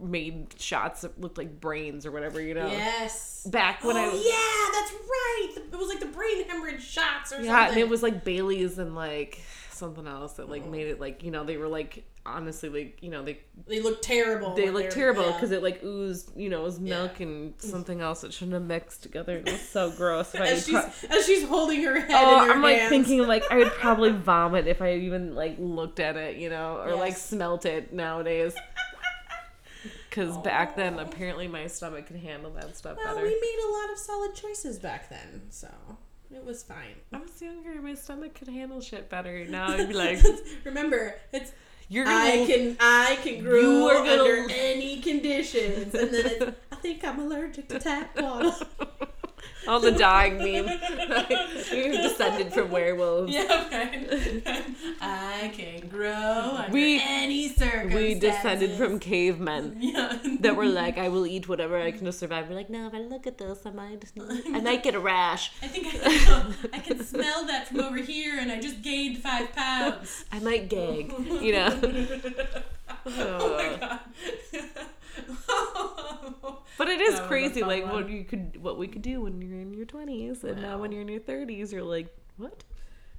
S1: made shots that looked like brains or whatever, you know.
S3: Yes.
S1: Back when I
S3: oh
S1: was
S3: yeah, that's right. The- It was like the brain hemorrhage shots or
S1: Yeah, and
S3: something. Oh.
S1: it was like Bailey's and like something else that like made it like you know they were like honestly like you know they
S3: They looked terrible.
S1: they
S3: when
S1: looked
S3: were-
S1: terrible because
S3: Oh, yeah.
S1: it like oozed you know it was milk and something else that shouldn't have mixed together. It was so gross. If I
S3: As
S1: could pro-
S3: she's, as she's holding her head
S1: Oh,
S3: in her
S1: I'm like
S3: hands.
S1: thinking like I would probably vomit if I even like looked at it, you know, or like
S3: Yes.
S1: smelt it nowadays. Because back then, apparently, my stomach could handle that stuff
S3: Well,
S1: better.
S3: we made a lot of solid choices back then, so it was fine.
S1: I was younger; my stomach could handle shit better. Now I'd be like,
S3: Remember, it's
S1: "You're gonna,
S3: I can I can grow
S1: You are gonna-
S3: under any conditions, and then it's, I think I'm allergic to tap water.
S1: all the dying meme. We're descended from werewolves.
S3: yeah, right. I can grow under
S1: We-
S3: any circumstances.
S1: we descended from cavemen
S3: yeah.
S1: that were like, "I will eat whatever I can to survive." We're like, "No, if I look at this, I might, I might get a rash.
S3: I think I can, I can smell that from over here, and I just gained five pounds.
S1: I might gag," you know.
S3: oh my god.
S1: But it is
S3: That was a
S1: crazy,
S3: fun
S1: like
S3: one.
S1: what you could, what we could do when you're in your twenties, and now when
S3: Wow.
S1: you're in your thirties, you're like, what?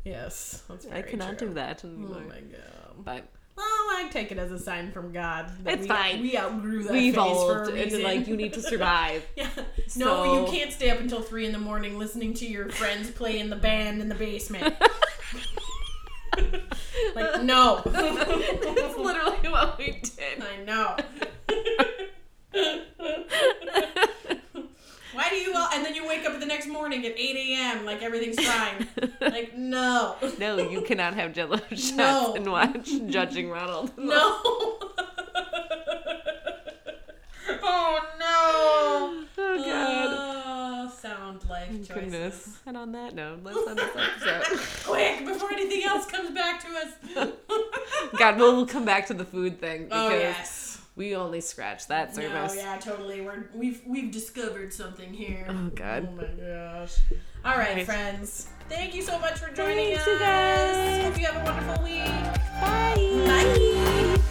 S3: yes, that's
S1: I
S3: very
S1: cannot
S3: true.
S1: do that. And
S3: Oh
S1: like,
S3: my god.
S1: But
S3: Well, I take it as a sign from God. that
S1: It's
S3: we,
S1: fine.
S3: We outgrew that
S1: we
S3: phase for
S1: evolved,
S3: a reason.
S1: and like you need to survive.
S3: yeah. No,
S1: So-
S3: you can't stay up until three in the morning listening to your friends play in the band in the basement. like no,
S1: That's literally what we did.
S3: I know. Why do you all? And then you wake up the next morning at eight a.m. Like everything's fine. Like no,
S1: No, you cannot have Jello shots
S3: No.
S1: and watch Judging Ronald.
S3: no. oh no.
S1: Oh god.
S3: Oh, sound life choices.
S1: Goodness. And on that note, let's end this episode.
S3: Quick, before anything else comes back to us.
S1: God, we'll we'll come back to the food thing because
S2: Oh yes.
S1: we only scratched that surface.
S3: No, yeah, totally. We're, we've we've discovered something here.
S1: Oh god.
S3: Oh my gosh. All right,
S1: Right.
S3: friends. Thank you so much for joining
S1: Thanks,
S3: us.
S1: you guys.
S3: Hope you have a wonderful week.
S1: Bye.
S3: Bye.